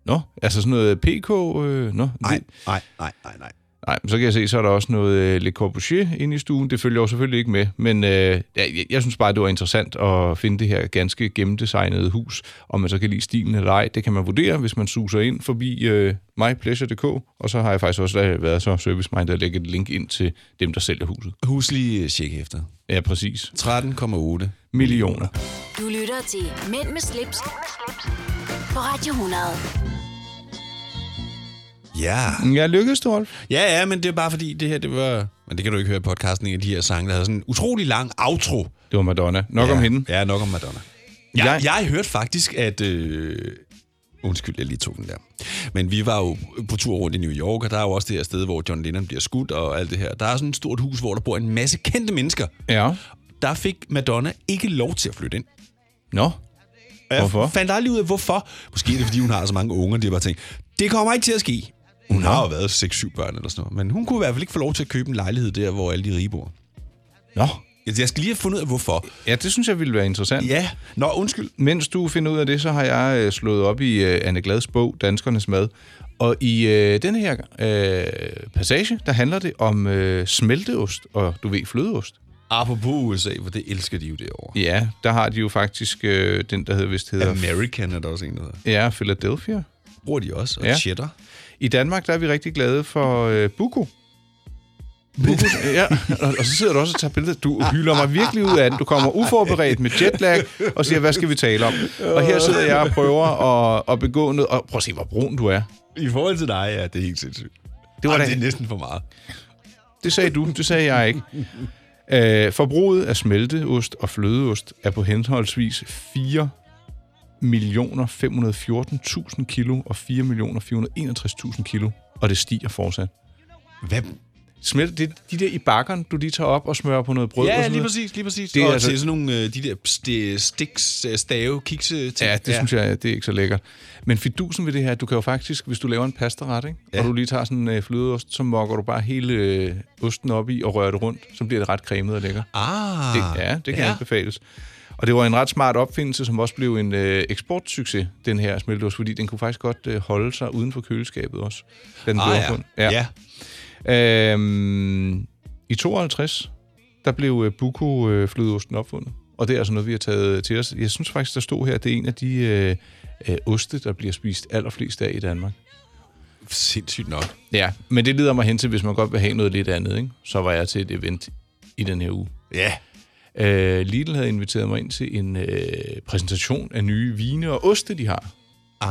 S2: Nå, altså sådan noget PK? Øh, nå,
S3: Nej, nej, nej, nej, nej.
S2: Nej, men så kan jeg se, så er der også noget øh, Le Corbusier inde i stuen. Det følger jo selvfølgelig ikke med, men øh, jeg, jeg- jeg synes bare, det var interessant at finde det her ganske gennemdesignede hus. Om man så kan lide stilen eller ej, det kan man vurdere, hvis man suser ind forbi øh, mypleasure.dk. Og så har jeg faktisk også øh, været så service-minded at lægge et link ind til dem, der sælger huset.
S3: Huslige øh, tjek efter.
S2: Ja, præcis.
S3: 13,8.
S2: Millioner.
S1: Du lytter til Mænd med slips, på Radio 100.
S3: Ja.
S2: Jeg lykkedes, det, Rolf.
S3: Ja, ja, men det er bare fordi, det her, det var... Men det kan du ikke høre i podcasten, en af de her sange, der havde sådan en utrolig lang outro.
S2: Det var Madonna. Nok
S3: ja.
S2: om hende.
S3: Ja, nok om Madonna. Jeg, jeg... jeg hørte faktisk, at... Øh... Undskyld, jeg lige tog den der. Men vi var jo på tur rundt i New York, og der er jo også det her sted, hvor John Lennon bliver skudt og alt det her. Der er sådan et stort hus, hvor der bor en masse kendte mennesker.
S2: Ja.
S3: Der fik Madonna ikke lov til at flytte ind.
S2: Nå.
S3: Og jeg
S2: Hvorfor?
S3: fandt aldrig ud af, hvorfor. Måske er det, fordi hun har så mange unger, de har bare tænkt, det kommer ikke til at ske. Hun har jo været 6-7 børn eller sådan noget, men hun kunne i hvert fald ikke få lov til at købe en lejlighed der, hvor alle de rige bor. Altså,
S2: Nå.
S3: Jeg jeg skal lige have fundet ud af, hvorfor.
S2: Ja, det synes jeg ville være interessant.
S3: Ja, nå undskyld.
S2: Mens du finder ud af det, så har jeg øh, slået op i øh, Anne Glads bog, Danskernes Mad. Og i øh, denne her øh, passage, der handler det om øh, smelteost og, du ved, flødeost.
S3: Apropos USA, for det elsker de jo derovre.
S2: Ja, der har de jo faktisk øh, den, der hedder, vist hedder...
S3: American er der også en, der hedder.
S2: Ja, Philadelphia.
S3: Bruger de også, og
S2: Ja.
S3: ja. cheddar.
S2: I Danmark, der er vi rigtig glade for øh, buko. Buko, ja. Og, og så sidder du også og tager billeder. Du hylder mig virkelig ud af den. Du kommer uforberedt med jetlag og siger, hvad skal vi tale om? Og her sidder jeg og prøver at, at begå noget. Og prøv at se, hvor brun du er.
S3: I forhold til dig, ja, det er helt sindssygt. Det, var
S2: Ej,
S3: Ej,
S2: det
S3: det
S2: er
S3: er næsten for meget.
S2: Det sagde du, det sagde jeg ikke. Øh, forbruget af smelteost og flødeost er på henholdsvis 4 millioner 514.000 kilo og 4 millioner 461.000 kilo, og det stiger fortsat.
S3: Hvad?
S2: Smelte, det, de der i bakkerne, du lige tager op og smører på noget brød og
S3: Ja,
S2: sådan
S3: lige
S2: noget.
S3: præcis, lige præcis.
S2: Det
S3: Det
S2: er
S3: er og
S2: altså-
S3: til sådan nogle, øh, de der st- stiks, øh, stave, kikse ting.
S2: Ja, det ja. synes jeg, det er ikke så lækkert. Men fidusen ved det her, du kan jo faktisk, hvis du laver en pastaret, ikke? Ja. og du lige tager sådan en øh, flødeost, så mokker du bare hele øh, osten op i og rører det rundt, så bliver det ret cremet og lækker.
S3: Ah,
S2: Det, ja, det kan ja. anbefales. Og det var en ret smart opfindelse, som også blev en øh, eksportsucces, den her smelteost, fordi den kunne faktisk godt øh, holde sig uden for køleskabet også. da Den blev
S3: Ah,
S2: opfundet.
S3: ja. ja.
S2: Øhm, I 52, der blev øh, Buko øh, flødeosten opfundet. Og det er altså noget, vi har taget til os. Jeg synes faktisk, der stod her, at det er en af de øh, øh, oste, der bliver spist allerflest af i Danmark.
S3: Sindssygt nok.
S2: Ja, men det leder mig hen til, hvis man godt vil have noget lidt andet, ikke? så var jeg til et event i den her uge.
S3: Ja.
S2: Øh, Lidl havde inviteret mig ind til en øh, præsentation af nye vine og oste, de har.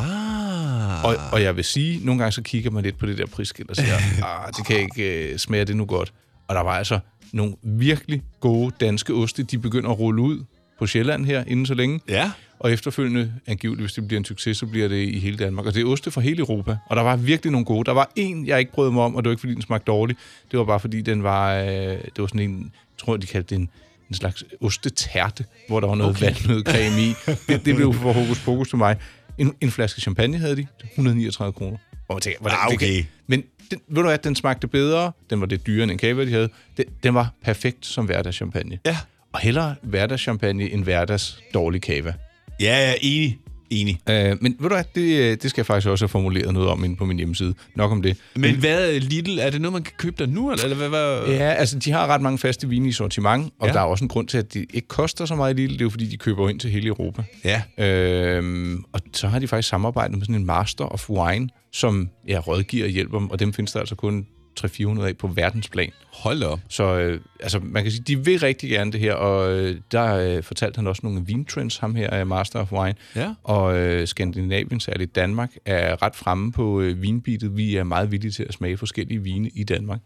S3: Ah.
S2: Og, og jeg vil sige, nogle gange så kigger man lidt på det der prisskilt og siger, ah, det kan ikke øh, smage det nu godt. Og der var altså nogle virkelig gode danske oste, de begynder at rulle ud på Sjælland her inden så længe.
S3: Ja.
S2: Og efterfølgende, angiveligt, hvis det bliver en succes, så bliver det i hele Danmark. Og det er oste fra hele Europa. Og der var virkelig nogle gode. Der var en, jeg ikke brød mig om, og det var ikke, fordi den smagte dårligt. Det var bare, fordi den var... Øh, det var sådan en... Jeg tror, de kaldte det en, en slags ostetærte, hvor der var noget okay. vandnødcreme i. Det, det blev for hokus pokus til mig. En, en flaske champagne havde de. 139 kroner. Og jeg tænker, hvordan,
S3: Ah,
S2: det kan-
S3: okay.
S2: Men den, ved du hvad, den smagte bedre. Den var lidt dyrere end en kage, de havde. Den, den var perfekt som hverdagschampagne.
S3: Ja.
S2: Og hellere hverdagschampagne end hverdags dårlig kava.
S3: Ja, ja, enig. Enig.
S2: Øh, men ved du hvad, det, øh, det skal jeg faktisk også have formuleret noget om inde på min hjemmeside. Nok om det.
S3: Men hvad, øh, Lidl, er det noget, man kan købe der nu, eller, eller hvad? hvad?
S2: Ja, altså de har ret mange faste vine i sortiment, og ja.
S3: Ja.
S2: der er også en grund til, at de ikke koster så meget lille. Det er jo fordi, de køber jo ind til hele Europa.
S3: ja.
S2: Øhm, og så har de faktisk samarbejdet med sådan en master of wine, som ja, rådgiver og hjælper dem, og dem findes der altså kun 300-400 af på verdensplan.
S3: Hold da op.
S2: Så øh, altså, man kan sige, de vil rigtig gerne det her, og øh, der øh, fortalte han også nogle vintrends, ham her af Master of Wine.
S3: Ja.
S2: Og øh, Skandinavien, særligt Danmark, er ret fremme på øh, vinbitet. Vi er meget villige til at smage forskellige vine i Danmark.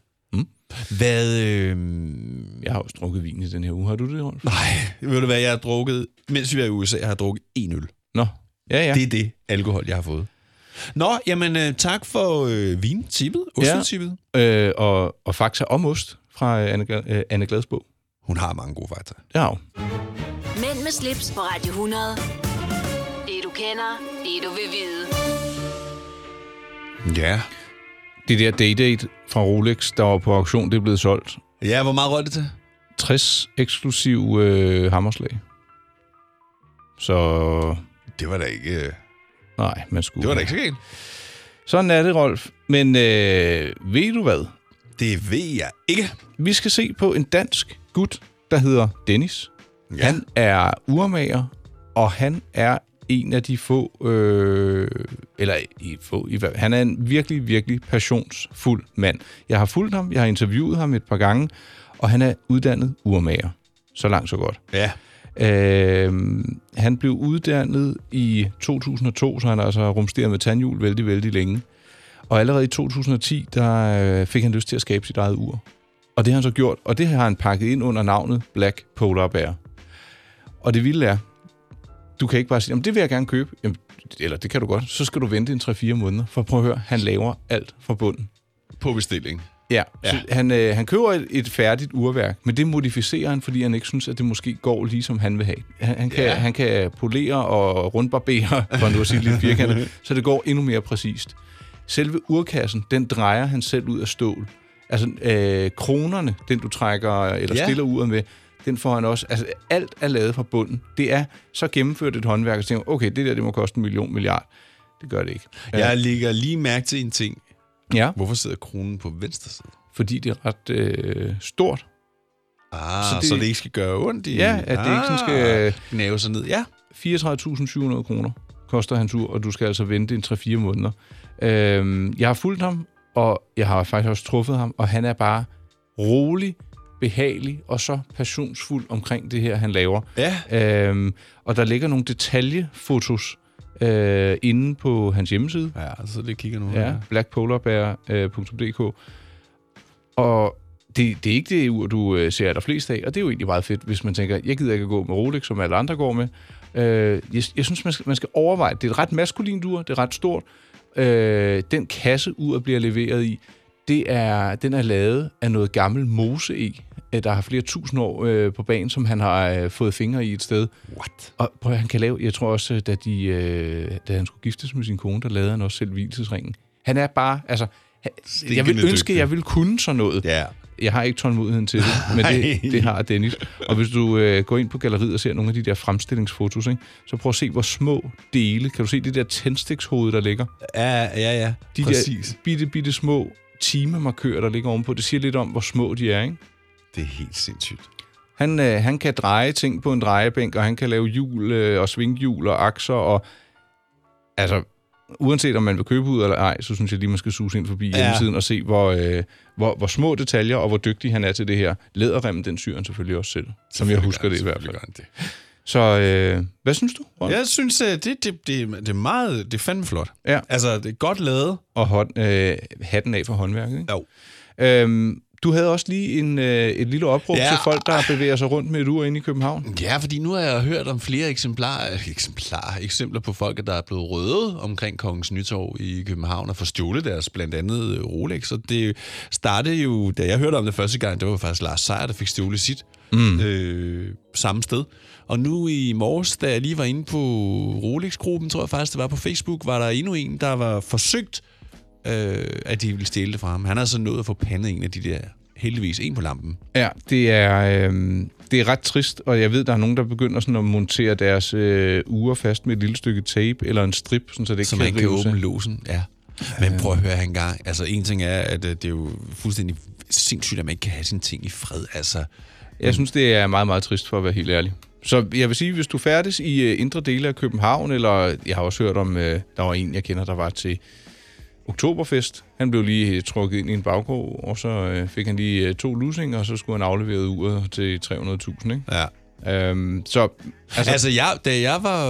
S3: Hvad, øh...
S2: Jeg har også drukket vin i den her uge. Har du det, Rolf?
S3: Nej, ved du hvad, jeg har drukket, mens vi var i USA, har jeg drukket en øl.
S2: Nå. Ja, ja.
S3: Det er det alkohol, jeg har fået. Nå, jamen øh, tak for øh, vintippet, ostetippet. Ja.
S2: Øh, og, og fakta om ost fra øh, Anne, Gla- øh, Anne Glads bog.
S3: Hun har mange gode fakta.
S2: Ja, jo.
S1: Mænd med slips på Radio 100. Det du kender, det du vil vide.
S3: Ja.
S2: Det der Day-Date fra Rolex, der var på auktion, det er blevet solgt.
S3: Ja, hvor meget røg det til?
S2: 60 eksklusiv øh, hammerslag. Så
S3: Det var da ikke, øh,
S2: nej, man skulle...
S3: det var da ikke så galt.
S2: Sådan er det, Rolf. Men øh, ved du hvad?
S3: Det ved jeg ikke.
S2: Vi skal se på en dansk gut, der hedder Dennis. Ja. Han er urmager, og han er en af de få, øh, eller i få, i, hver- han er en virkelig, virkelig passionsfuld mand. Jeg har fulgt ham, jeg har interviewet ham et par gange, og han er uddannet urmager. Så langt, så godt.
S3: Ja.
S2: Øh, han blev uddannet i 2002, så han har altså rumsteret med tandhjul vældig, vældig længe. Og allerede i 2010, der øh, fik han lyst til at skabe sit eget ur. Og det har han så gjort, og det har han pakket ind under navnet Black Polar Bear. Og det vilde er, du kan ikke bare sige, jamen det vil jeg gerne købe, jamen, eller det kan du godt, så skal du vente en 3-4 måneder, for prøv at høre, han laver alt fra bunden.
S3: På bestilling.
S2: Ja, ja. Så han, øh, han køber et, et færdigt urværk, men det modificerer han, fordi han ikke synes, at det måske går lige som han vil have. Han, han, kan, ja. han kan polere og rundbarbere, for nu at sige det lidt firkantet, så det går endnu mere præcist. Selve urkassen, den drejer han selv ud af stål. Altså øh, kronerne, den du trækker eller
S3: Ja.
S2: ja. stiller uret med, den får han også. Altså alt er lavet fra bunden. Det er så gennemført et håndværk, at tænker, okay, det der det må koste en million milliard. Det gør det ikke. Øh,
S3: Jeg ligger lige mærke til en ting.
S2: ja
S3: Hvorfor sidder kronen på venstre side?
S2: fordi det er ret øh, stort.
S3: Ah, så
S2: Så
S3: det,
S2: det-
S3: så det ikke skal gøre ondt i... Ah.
S2: Ja, at det ikke sådan skal-
S3: Gnave sig ned. Ja.
S2: 34.700 kroner koster hans ur, og du skal altså vente en 3-4 måneder. Øhm, jeg har fulgt ham, og jeg har faktisk også truffet ham, og han er bare rolig, behagelig og så passionsfuld omkring det her, han laver.
S3: Ja.
S2: Øhm, og der ligger nogle detaljefotos øh, inde på hans hjemmeside,
S3: Ja, så det kigger nu.
S2: ja, øh, blackpolarbear.dk. Og det, det er ikke det ur, du øh, ser der flest af, og det er jo egentlig meget fedt, hvis man tænker, jeg gider ikke at gå med Rolex, som alle andre går med. Øh, jeg, jeg synes, man skal, man skal overveje, det er et ret maskulint ur, det er ret stort. Øh, den kasse, uret bliver leveret i, det er, den er lavet af noget gammel mose i, der har flere tusind år øh, på banen, som han har øh, fået fingre i et sted.
S3: What?
S2: Og prøv, at høre, han kan lave, jeg tror også, da, de, øh, da han skulle giftes med sin kone, der lavede han også selv hvilesesringen. Han er bare, altså, han, jeg vil
S3: dygtig.
S2: ønske, at jeg ville kunne sådan noget.
S3: Ja.
S2: Jeg har ikke tålmodigheden til det, men
S3: Nej.
S2: det, det har Dennis. Og hvis du øh, går ind på galleriet og ser nogle af de der fremstillingsfotos, ikke, så prøv at se, hvor små dele. Kan du se det der tændstikshoved, der ligger?
S3: Ja, ja, ja.
S2: De
S3: Præcis.
S2: der bitte, bitte små timemarkører, der ligger ovenpå. Det siger lidt om, hvor små de er, ikke?
S3: Det er helt sindssygt.
S2: Han, øh, han kan dreje ting på en drejebænk, og han kan lave hjul øh, og svinghjul og akser. Og, altså, uanset om man vil købe ud eller ej, så synes jeg lige, man skal suge ind forbi ja. hjemmesiden og se, hvor, øh, hvor, hvor små detaljer og hvor dygtig han er til det her. Læderremmen, den syr han selvfølgelig også selv, som jeg husker
S3: altså
S2: det i hvert fald.
S3: Det.
S2: Så øh, hvad synes du? Ron?
S3: Jeg synes, øh, det, det, det, det er meget... Det er fandme flot.
S2: Ja.
S3: Altså, det er godt lavet.
S2: Og hånd, øh, hatten af for håndværket, ikke?
S3: Jo.
S2: Øhm, du havde også lige en, øh, et lille opråb
S3: Ja.
S2: ja. til folk, der bevæger sig rundt med et ur inde i København.
S3: Ja, fordi nu har jeg hørt om flere eksemplarer, øh, eksemplarer, eksempler på folk, der er blevet røde omkring Kongens Nytorv i København og får stjålet deres blandt andet øh, Rolex. Og det startede jo, da jeg hørte om det første gang, det var faktisk Lars Seier, der fik stjålet sit mm. øh, samme sted. Og nu i morges, da jeg lige var inde på Rolex-gruppen, tror jeg faktisk, det var på Facebook, var der endnu en, der var forsøgt, øh, at de ville stjæle det fra ham. Han har så nået at få pandet en af de der, heldigvis en på lampen.
S2: Ja, det er, øh, det er ret trist, og jeg ved, der er nogen, der begynder sådan at montere deres øh, uger fast med et lille stykke tape eller en strip, sådan, så det ikke
S3: Så
S2: kan
S3: man kan
S2: rives af.
S3: åbne låsen, ja. Men prøv at høre her engang. Altså, en ting er, at øh, det er jo fuldstændig sindssygt, at man ikke kan have sine ting i fred. Altså,
S2: Jeg synes, det er meget, meget trist for at være helt ærlig. Så jeg vil sige, hvis du færdes i øh, indre dele af København, eller jeg har også hørt om, øh, der var en, jeg kender, der var til Oktoberfest. Han blev lige øh, trukket ind i en baggård, og så øh, fik han lige øh, to lusinger, og så skulle han aflevere uret til 300.000, ikke?
S3: ja.
S2: Øhm, så,
S3: Altså, altså jeg, da jeg var...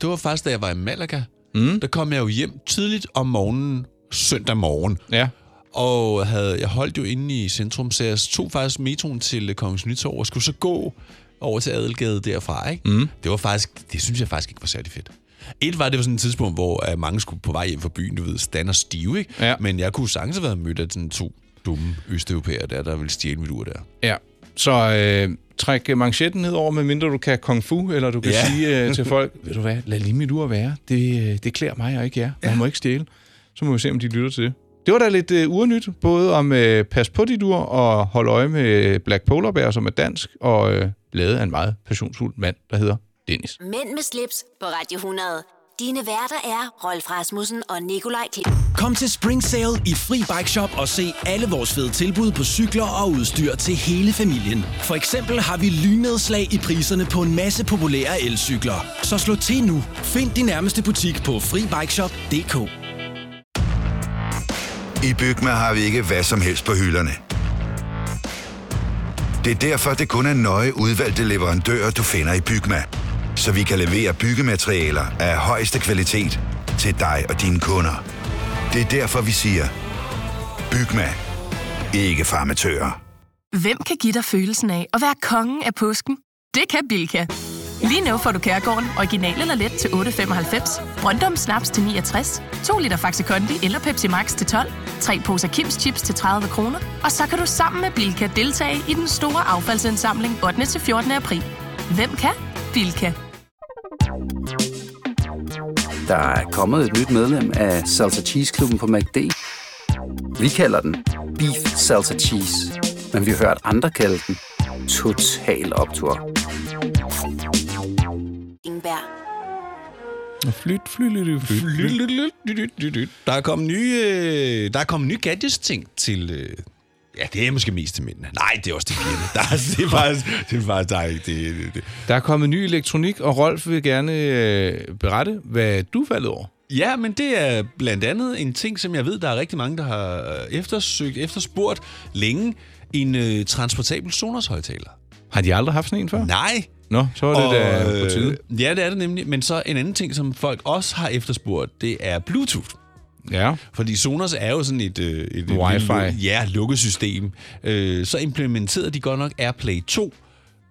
S3: Det var faktisk, da jeg var i Malaga. Mm. Der kom jeg jo hjem tidligt om morgenen, søndag morgen.
S2: ja.
S3: Og havde, jeg holdt jo inde i centrum, så jeg tog faktisk metroen til øh, Kongens Nytorv og skulle så gå over til Adelgade derfra. Ikke? Mm. Det var faktisk, det synes jeg faktisk ikke var særlig fedt. Et var, det var sådan et tidspunkt, hvor øh, mange skulle på vej hjem fra byen, du ved, stand og stive, ikke?
S2: Ja.
S3: Men jeg kunne sagtens have været mødt af sådan to dumme østeuropæere der, der ville stjæle mit ur der.
S2: Ja, så øh, træk manchetten ned over, medmindre du kan kung fu, eller du kan
S3: Ja.
S2: ja. sige øh, til folk, ved du hvad, lad lige mit ur være. Det, øh, det klæder mig og ikke jer. Man må ikke stjæle. Så må vi se, om de lytter til det. Det var da lidt øh, urnyt, både om øh, pas på dit ur og hold øje med øh, Black Polar Bear, som er dansk, og øh, lavet af en meget passionsfuld mand, der hedder Dennis.
S1: Mænd med slips på Radio 100. Dine værter er Rolf Rasmussen og Nikolaj Klip.
S5: Kom til Spring Sale i Fri Bike Shop og se alle vores fede tilbud på cykler og udstyr til hele familien. For eksempel har vi lynnedslag i priserne på en masse populære elcykler. Så slå til nu. Find din nærmeste butik på FriBikeShop.dk
S6: I Bygma har vi ikke hvad som helst på hylderne. Det er derfor, det kun er nøje udvalgte leverandører, du finder i Bygma. Så vi kan levere byggematerialer af højeste kvalitet til dig og dine kunder. Det er derfor, vi siger, Bygma. Ikke farmatører.
S7: Hvem kan give dig følelsen af at være kongen af påsken? Det kan Bilka. Lige nu får du Kærgården original eller let til 8.95, Brøndum Snaps til 69, 2 liter Faxi Kondi eller Pepsi Max til 12, 3 poser Kims Chips til 30 kroner, og så kan du sammen med Bilka deltage i den store affaldsindsamling 8. til 14. april. Hvem kan? Bilka.
S8: Der er kommet et nyt medlem af Salsa Cheese Klubben på MACD. Vi kalder den Beef Salsa Cheese, men vi har hørt andre kalde den Total Optor.
S1: Ingenbær.
S2: Flyt, flyt, flyt, flyt.
S3: Der er kommet nye, øh, der er kommet nye gadgets-ting til... Øh, ja, det er måske mest til mændene. Nej, det er også til pigerne. Der er, det er faktisk... Det er faktisk der er ikke, det, det, det.
S2: Der er kommet ny elektronik, og Rolf vil gerne øh, berette, hvad du faldt over.
S3: Ja, men det er blandt andet en ting, som jeg ved, der er rigtig mange, der har øh, eftersøgt, efterspurgt længe. En øh, transportabel Sonos højtaler.
S2: Har de aldrig haft sådan en før?
S3: Nej,
S2: Nå, så var det da på tide.
S3: øh, Ja, det er det nemlig. Men så en anden ting, som folk også har efterspurgt, det er Bluetooth.
S2: Ja.
S3: Fordi Sonos er jo sådan et... øh, et et
S2: Wi-Fi.
S3: lille, ja, lukkesystem. Øh, så implementerede de godt nok AirPlay 2,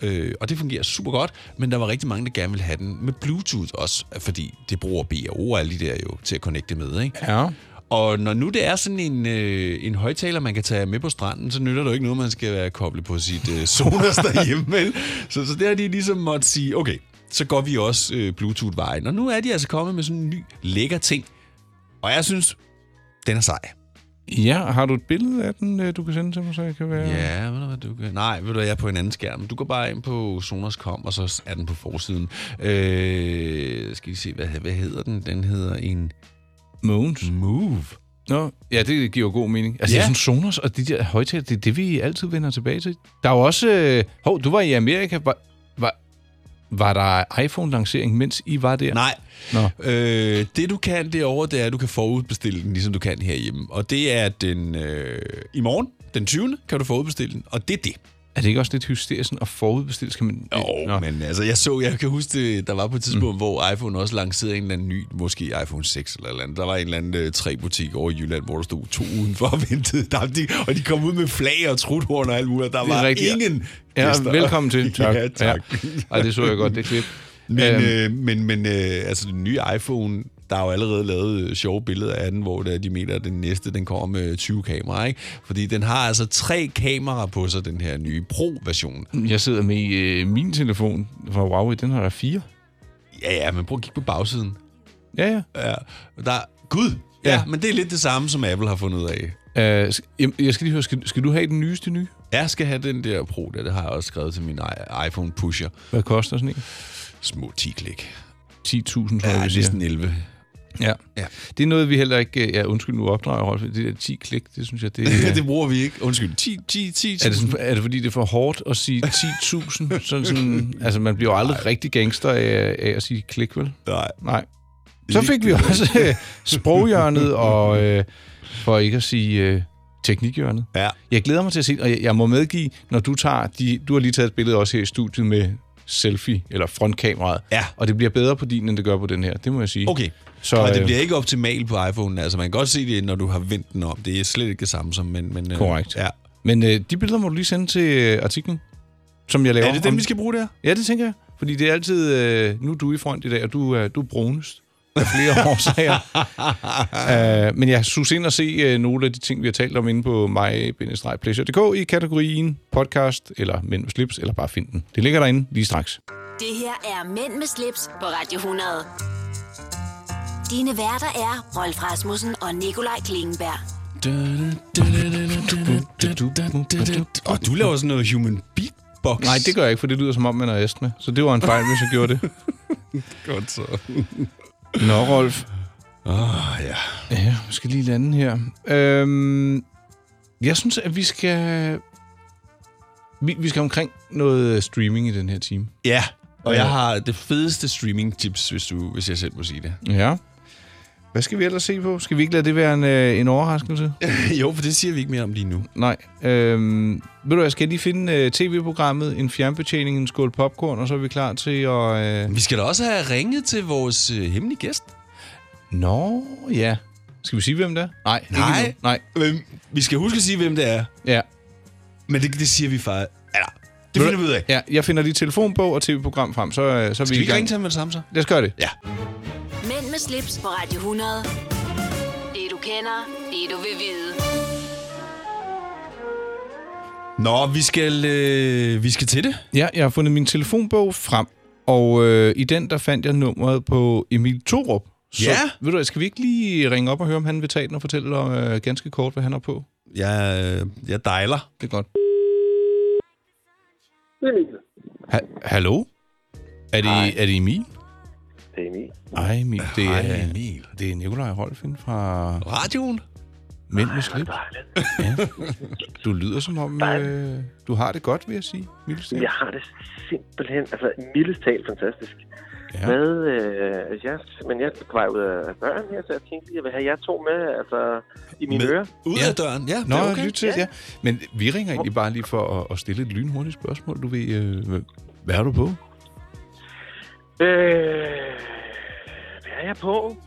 S3: øh, og det fungerer super godt, men der var rigtig mange, der gerne ville have den med Bluetooth også, fordi det bruger BRO og alle de der jo til at connecte med, ikke?
S2: Ja.
S3: Og når nu det er sådan en, øh, en højtaler, man kan tage med på stranden, så nytter det jo ikke noget, man skal være koblet på sit øh, Sonos derhjemme. Vel? Så, så der har de ligesom måtte sige, okay, så går vi også øh, Bluetooth-vejen. Og nu er de altså kommet med sådan en ny lækker ting. Og jeg synes, den er sej.
S2: Ja, har du et billede af den, øh, du kan sende til mig, så jeg kan være...
S3: Ja, ved du hvad, du kan... Nej, ved du hvad, jeg er på en anden skærm. Du går bare ind på Sonos.com, og så er den på forsiden. Øh, skal vi se, hvad, hvad hedder den? Den hedder en
S2: Mogens.
S3: Move.
S2: Nå, ja, det giver jo god mening. Altså,
S3: Ja.
S2: ja. det er sådan Sonos og de der højtaler, det er det, vi altid vender tilbage til. Der er jo også... Øh, hov, du var i Amerika. Var, var, var der iPhone-lancering, mens I var der?
S3: Nej.
S2: Nå.
S3: Øh, det du kan derovre, det er, at du kan forudbestille den, ligesom du kan herhjemme. Og det er den øh, i morgen, den 20. kan du forudbestille den, og det er det.
S2: Er det ikke også lidt hysterisk sådan at forudbestille? Skal man...
S3: Jo,
S2: Nå.
S3: men altså, jeg så, jeg kan huske, det, der var på et tidspunkt, mm. hvor iPhone også lancerede en eller anden ny, måske iPhone 6 eller et eller andet. Der var en eller anden øh, tre butik over i Jylland, hvor der stod to udenfor og ventede. Der, de, og de kom ud med flag og truthorn og alt muligt, og der
S2: Det er
S3: var
S2: rigtigt.
S3: ingen
S2: Ja,
S3: gæster.
S2: velkommen til. Tak.
S3: Ja, tak.
S2: Ja. Ej, det så jeg godt, det klip.
S3: Men,
S2: Øhm.
S3: øh, men, men øh, altså, den nye iPhone, der er jo allerede lavet øh, sjove billeder af den, hvor det er, de mener, at den næste, den kommer med 20 kameraer, ikke? Fordi den har altså tre kameraer på sig, den her nye Pro-version.
S2: Jeg sidder med øh, min telefon fra Huawei, den har der fire.
S3: Ja, ja, men prøv at kigge på bagsiden.
S2: Ja, ja.
S3: Ja, der, gud! Ja, ja,
S2: Ja.
S3: men det er lidt det samme, som Apple har fundet ud af.
S2: Øh, sk- jamen, jeg skal lige høre, skal, skal du have den nyeste nye?
S3: Jeg skal have den der Pro, der, det har jeg også skrevet til min i- iPhone Pusher.
S2: Hvad koster sådan en?
S3: Små 10 klik.
S2: 10.000, tror jeg,
S3: Ja,
S2: vi siger.
S3: næsten 11.
S2: Ja.
S3: Ja.
S2: ja. Det er noget, vi heller ikke... øh, Ja, undskyld, nu opdrager Rolf. Det der 10 klik, det synes jeg, det
S3: Ja.
S2: er...
S3: det bruger vi ikke. Undskyld, 10, 10, 10.
S2: Er det, sådan, er det fordi, det er for hårdt at sige 10.000? Sådan, sådan, altså, man bliver jo aldrig rigtig gangster af, af at sige klik, vel?
S3: Nej.
S2: Nej. Så fik vi også øh, sproghjørnet, og øh, for ikke at sige øh, teknikhjørnet.
S3: Ja.
S2: Jeg glæder mig til at se, og jeg, jeg må medgive, når du tager de... Du har lige taget et billede også her i studiet med selfie, eller frontkameraet.
S3: Ja.
S2: Og det bliver bedre på din, end det gør på den her. Det må jeg sige.
S3: Okay.
S2: Så,
S3: Og det
S2: øh,
S3: bliver ikke optimalt på iPhone. Altså, man kan godt se det, når du har vendt den om. Det er slet ikke det samme som... Men, men, øh,
S2: Korrekt.
S3: Ja.
S2: Men øh, de billeder må du lige sende til øh, artiklen, som jeg laver.
S3: Er det dem,
S2: om-
S3: vi skal bruge der?
S2: Ja, det tænker jeg. Fordi det er altid... Øh, nu er du i front i dag, og du, er, du er brunest af flere årsager. uh, men jeg sus ind og se øh, nogle af de ting, vi har talt om inde på mig-pleasure.dk i kategorien podcast, eller Mænd med slips, eller bare find den. Det ligger derinde lige straks.
S1: Det her er Mænd med slips på Radio 100. Dine værter er Rolf Rasmussen og Nikolaj Klingenberg.
S3: Og du laver sådan noget human beatbox.
S2: Nej, det gør jeg ikke, for det lyder som om, man er astma. Så det var en fejl, hvis jeg gjorde det.
S3: godt så.
S2: Nå, Rolf.
S3: Åh, ja.
S2: Ja, vi skal lige lande her. Øhm, jeg synes, at vi skal... Vi, vi skal omkring noget streaming i den her time.
S3: Ja, og jeg har det fedeste streaming-tips, hvis, du, hvis jeg selv må sige det.
S2: Ja. Hvad skal vi ellers se på? Skal vi ikke lade det være en, øh, en overraskelse?
S3: jo, for det siger vi ikke mere om lige nu.
S2: Nej. Øhm, ved du hvad, skal jeg lige finde øh, tv-programmet, en fjernbetjening, en skål popcorn, og så er vi klar til at... Øh...
S3: Vi skal da også have ringet til vores øh, hemmelige gæst.
S2: Nå, ja. Skal vi sige, hvem det er? Nej. ikke
S3: Nej.
S2: endnu. Nej.
S3: Hvem? Vi skal huske at sige, hvem det er.
S2: Ja.
S3: Men det, det siger vi faktisk. Eller, det finder vi ud af.
S2: ja. Jeg finder lige telefonbog og tv-program frem, så, øh, så er vi
S3: Skal vi
S2: i
S3: ikke
S2: gang.
S3: ringe til ham med det samme så?
S2: Lad os gøre det.
S3: Ja.
S1: Mænd med slips på Radio 100. Det du kender, det du vil vide.
S3: Nå, vi skal, øh, vi skal til det.
S2: Ja, jeg har fundet min telefonbog frem, og øh, i den der fandt jeg nummeret på Emil Thorup, Så,
S3: Ja.
S2: ved du, hvad, skal vi ikke lige ringe op og høre, om han vil tage den og fortælle om, øh, ganske kort, hvad han har på?
S3: Jeg, øh, jeg dejler.
S2: Det er godt.
S9: Det er Mikkel.
S2: Ha- Hallo? Er det, er det Emil?
S9: Det er Emil.
S2: Ej, Emil. Det
S3: Hej,
S2: er,
S3: Emil.
S2: det er Nikolaj Rolfin fra
S3: Radioen?
S2: Mænd med slips. Du lyder som om, øh, du har det godt, vil jeg sige. Mildest talt.
S9: Jeg har det simpelthen, altså mildest talt fantastisk.
S2: Ja.
S9: Ja. Med, øh, jeg, men jeg er på vej ud af døren her, så jeg tænkte lige, at jeg vil have jer to med altså, i mine
S3: Med-
S9: med. ører.
S3: Ud
S2: Ja.
S3: af døren, ja.
S2: Nå,
S3: det er
S2: okay. lyt til, ja. Men vi ringer egentlig bare lige for at, at stille et lynhurtigt spørgsmål. Du ved, øh, hvad- hvad har du på?
S9: Øh, hvad er jeg på?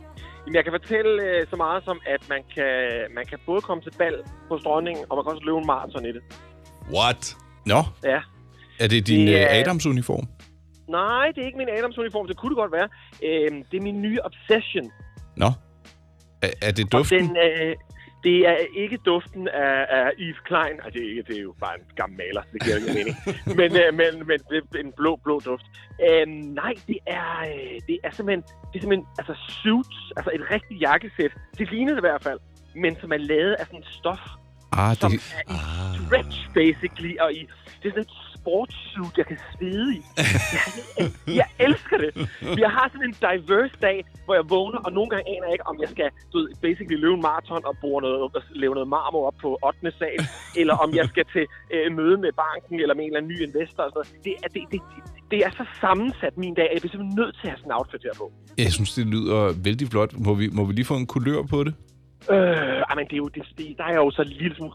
S9: Jamen, jeg kan fortælle øh, så meget som, at man kan, man kan både komme til bal på strøgningen, og man kan også løbe en maraton i det.
S3: What?
S2: Nå,
S9: Ja.
S2: er det din
S9: Det
S2: øh,
S9: er-
S2: Adams-uniform?
S9: Nej, det er ikke min Adams-uniform. Det kunne det godt være. Øh, det er min nye obsession.
S2: Nå. Er, er det
S9: Og
S2: duften?
S9: Den, øh, det er ikke duften af, af Yves Klein. Ej, det, er, ikke- det er jo bare en gammel maler, det giver jo ingen mening. Men, øh, men, men det er en blå, blå duft. Øh, nej, det er, øh, det er simpelthen, det er simpelthen altså suits, altså et rigtigt jakkesæt. Det ligner det i hvert fald, men som er lavet af sådan et stof,
S2: Ah,
S9: som
S2: det,
S9: er i stretch, basically, og i, det er sådan et sportssuit, jeg kan svede i. Jeg, jeg elsker det. Jeg har sådan en diverse dag, hvor jeg vågner, og nogle gange aner jeg ikke, om jeg skal du ved, basically løbe en maraton og bruge noget, og lave noget marmor op på 8. sal, eller om jeg skal til øh, møde med banken, eller med en eller anden ny investor. Og sådan noget. Det, er, det, det, det er så sammensat min dag, at jeg bliver simpelthen nødt til at have sådan en outfit her på.
S2: jeg synes, det lyder vældig flot. Må vi, må vi lige få en kulør på det?
S9: Øh, ej, men det er jo, det, det, der er jo så lille som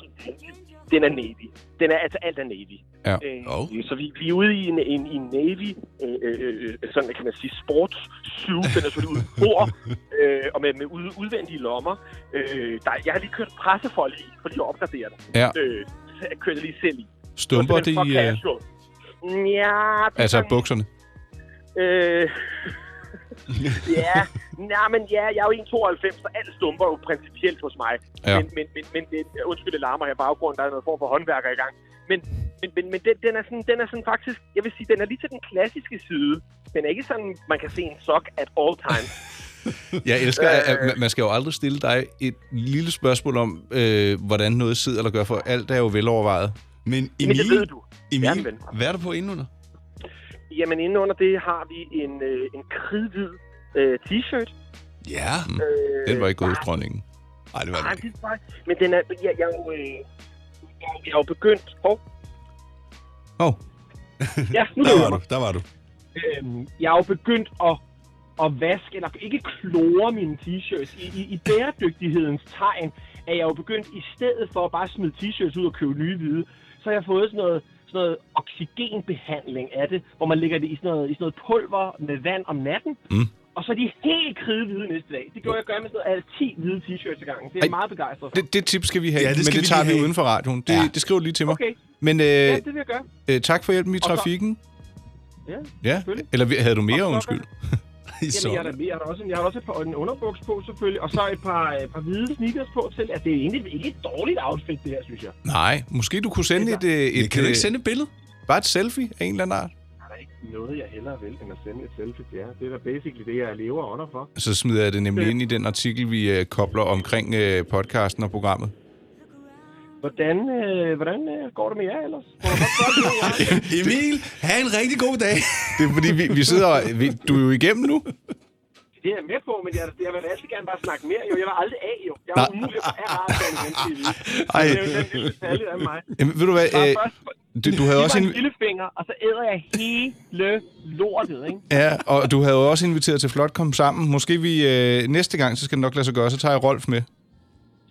S9: Den er navy. Den er, altså alt er navy.
S2: Ja.
S9: Øh,
S3: Oh.
S9: Så vi, vi er ude i en, en, en navy, øh, øh, øh, sådan kan man sige, sportssuit. Den er selvfølgelig uden bord, øh, og med, med ud, udvendige lommer. Øh, der, jeg har lige kørt pressefolk i, for lige at opgradere den.
S2: Ja.
S9: Øh, så jeg kørte lige selv i. Det var
S2: Stumper det
S9: simpelthen
S2: i...
S9: for
S2: Øh,
S9: casual. Ja, det er
S2: altså
S9: sådan-
S2: bukserne?
S9: Øh, ja, nej, men ja, jeg er jo 1,92, så alt stumper jo principielt hos mig.
S2: Ja.
S9: Men, men, men, men det, undskyld, det larmer her i baggrunden, der er noget form for håndværker i gang. Men, men, men, men den, den, er sådan, den er sådan faktisk, jeg vil sige, den er lige til den klassiske side. Den er ikke sådan, man kan se en sok at all time.
S2: Jeg elsker, at
S9: Øh.
S2: at man- man skal jo aldrig stille dig et lille spørgsmål om, øh, hvordan noget sidder eller gør, for alt er jo velovervejet.
S3: Men Emil,
S9: men det ved du.
S3: Emil
S9: Ja, men.
S3: hvad er der på indenunder?
S9: Jamen, inde under det har vi en, øh, en kridhvid øh, t-shirt.
S3: Ja.
S9: Øh,
S2: Den var ikke god hos dronningen.
S3: Mm. Ej, det var
S9: Nej,
S3: det
S9: det
S3: ikke.
S9: var, men den er, jeg, jeg, er jo, øh, jeg, er jo- jeg er jo begyndt. Hov.
S2: Hov.
S9: ja, nu
S3: Der
S9: løber
S3: var du,
S9: jeg mig.
S3: der var du.
S9: Øhm, jeg er jo begyndt at, at vaske, eller ikke klore mine t-shirts. I, i, I bæredygtighedens tegn er jeg jo begyndt, i stedet for at bare smide t-shirts ud og købe nye hvide, så har jeg fået sådan noget, sådan noget oxygenbehandling af det, hvor man lægger det i sådan noget, i sådan noget pulver med vand om natten,
S2: Mm.
S9: og så er de helt kridhvide næste dag. Det gjorde jeg gør med sådan noget, altså 10 hvide t-shirts i gangen. Det er jeg
S2: Ej.
S9: meget begejstret for.
S2: Det, det tip skal vi have,
S3: Ja,
S2: ja,
S3: det
S2: det men
S3: skal
S2: det
S3: vi
S2: tager
S3: lige
S2: vi
S3: have.
S2: uden for radioen. Det,
S3: Ja.
S2: ja. det skriver du lige til mig.
S9: Okay,
S2: Men øh,
S9: ja, det vil jeg gøre.
S2: øh, tak for hjælpen i
S9: så-
S2: trafikken.
S9: Ja,
S2: ja.
S9: selvfølgelig.
S2: Eller vi- havde du
S9: Og
S2: mere,
S9: så-
S2: undskyld?
S3: Så.
S9: Jamen, jeg, har da, jeg, har da også, en- jeg har da også et par, en underbuks på, selvfølgelig. Og så et par, et par hvide sneakers på til. At det er egentlig ikke et dårligt outfit, det her, synes jeg.
S2: Nej, måske du kunne sende
S9: Det er
S2: et, øh, et,
S3: Et, kan du ikke
S2: øh,
S3: sende et billede?
S2: bare et selfie af en eller anden art?
S9: Der er da ikke noget, jeg hellere vil, end at sende et selfie til jer. Det er da basically det, jeg lever under for.
S2: Så smider jeg det
S9: Øh.
S2: nemlig ind i den artikel, vi øh, kobler omkring øh, podcasten og programmet.
S9: Hvordan, øh, hvordan øh, går det med jer ellers? Går det godt, godt med jer?
S3: Emil, have en rigtig god dag.
S2: Det er fordi, vi, vi sidder... Vi, du er jo igennem nu.
S9: Det er jeg med på, men jeg, jeg vil altid gerne bare snakke mere. Jo, jeg var aldrig af, jo. Jeg var umulig at have radioen samtidig.
S2: Ej.
S9: Det er jo den lille detalje af mig.
S2: Jamen, ved du hvad?
S9: Bare
S2: Øh,
S9: først,
S2: du, du havde
S9: giv
S2: også
S9: mig
S2: en...
S9: en lillefinger, og så æder jeg hele lortet, ikke?
S2: Ja, og du havde jo også inviteret til Flot Kom Sammen. Måske vi øh, næste gang, så skal det nok lade sig gøre, så tager jeg Rolf med.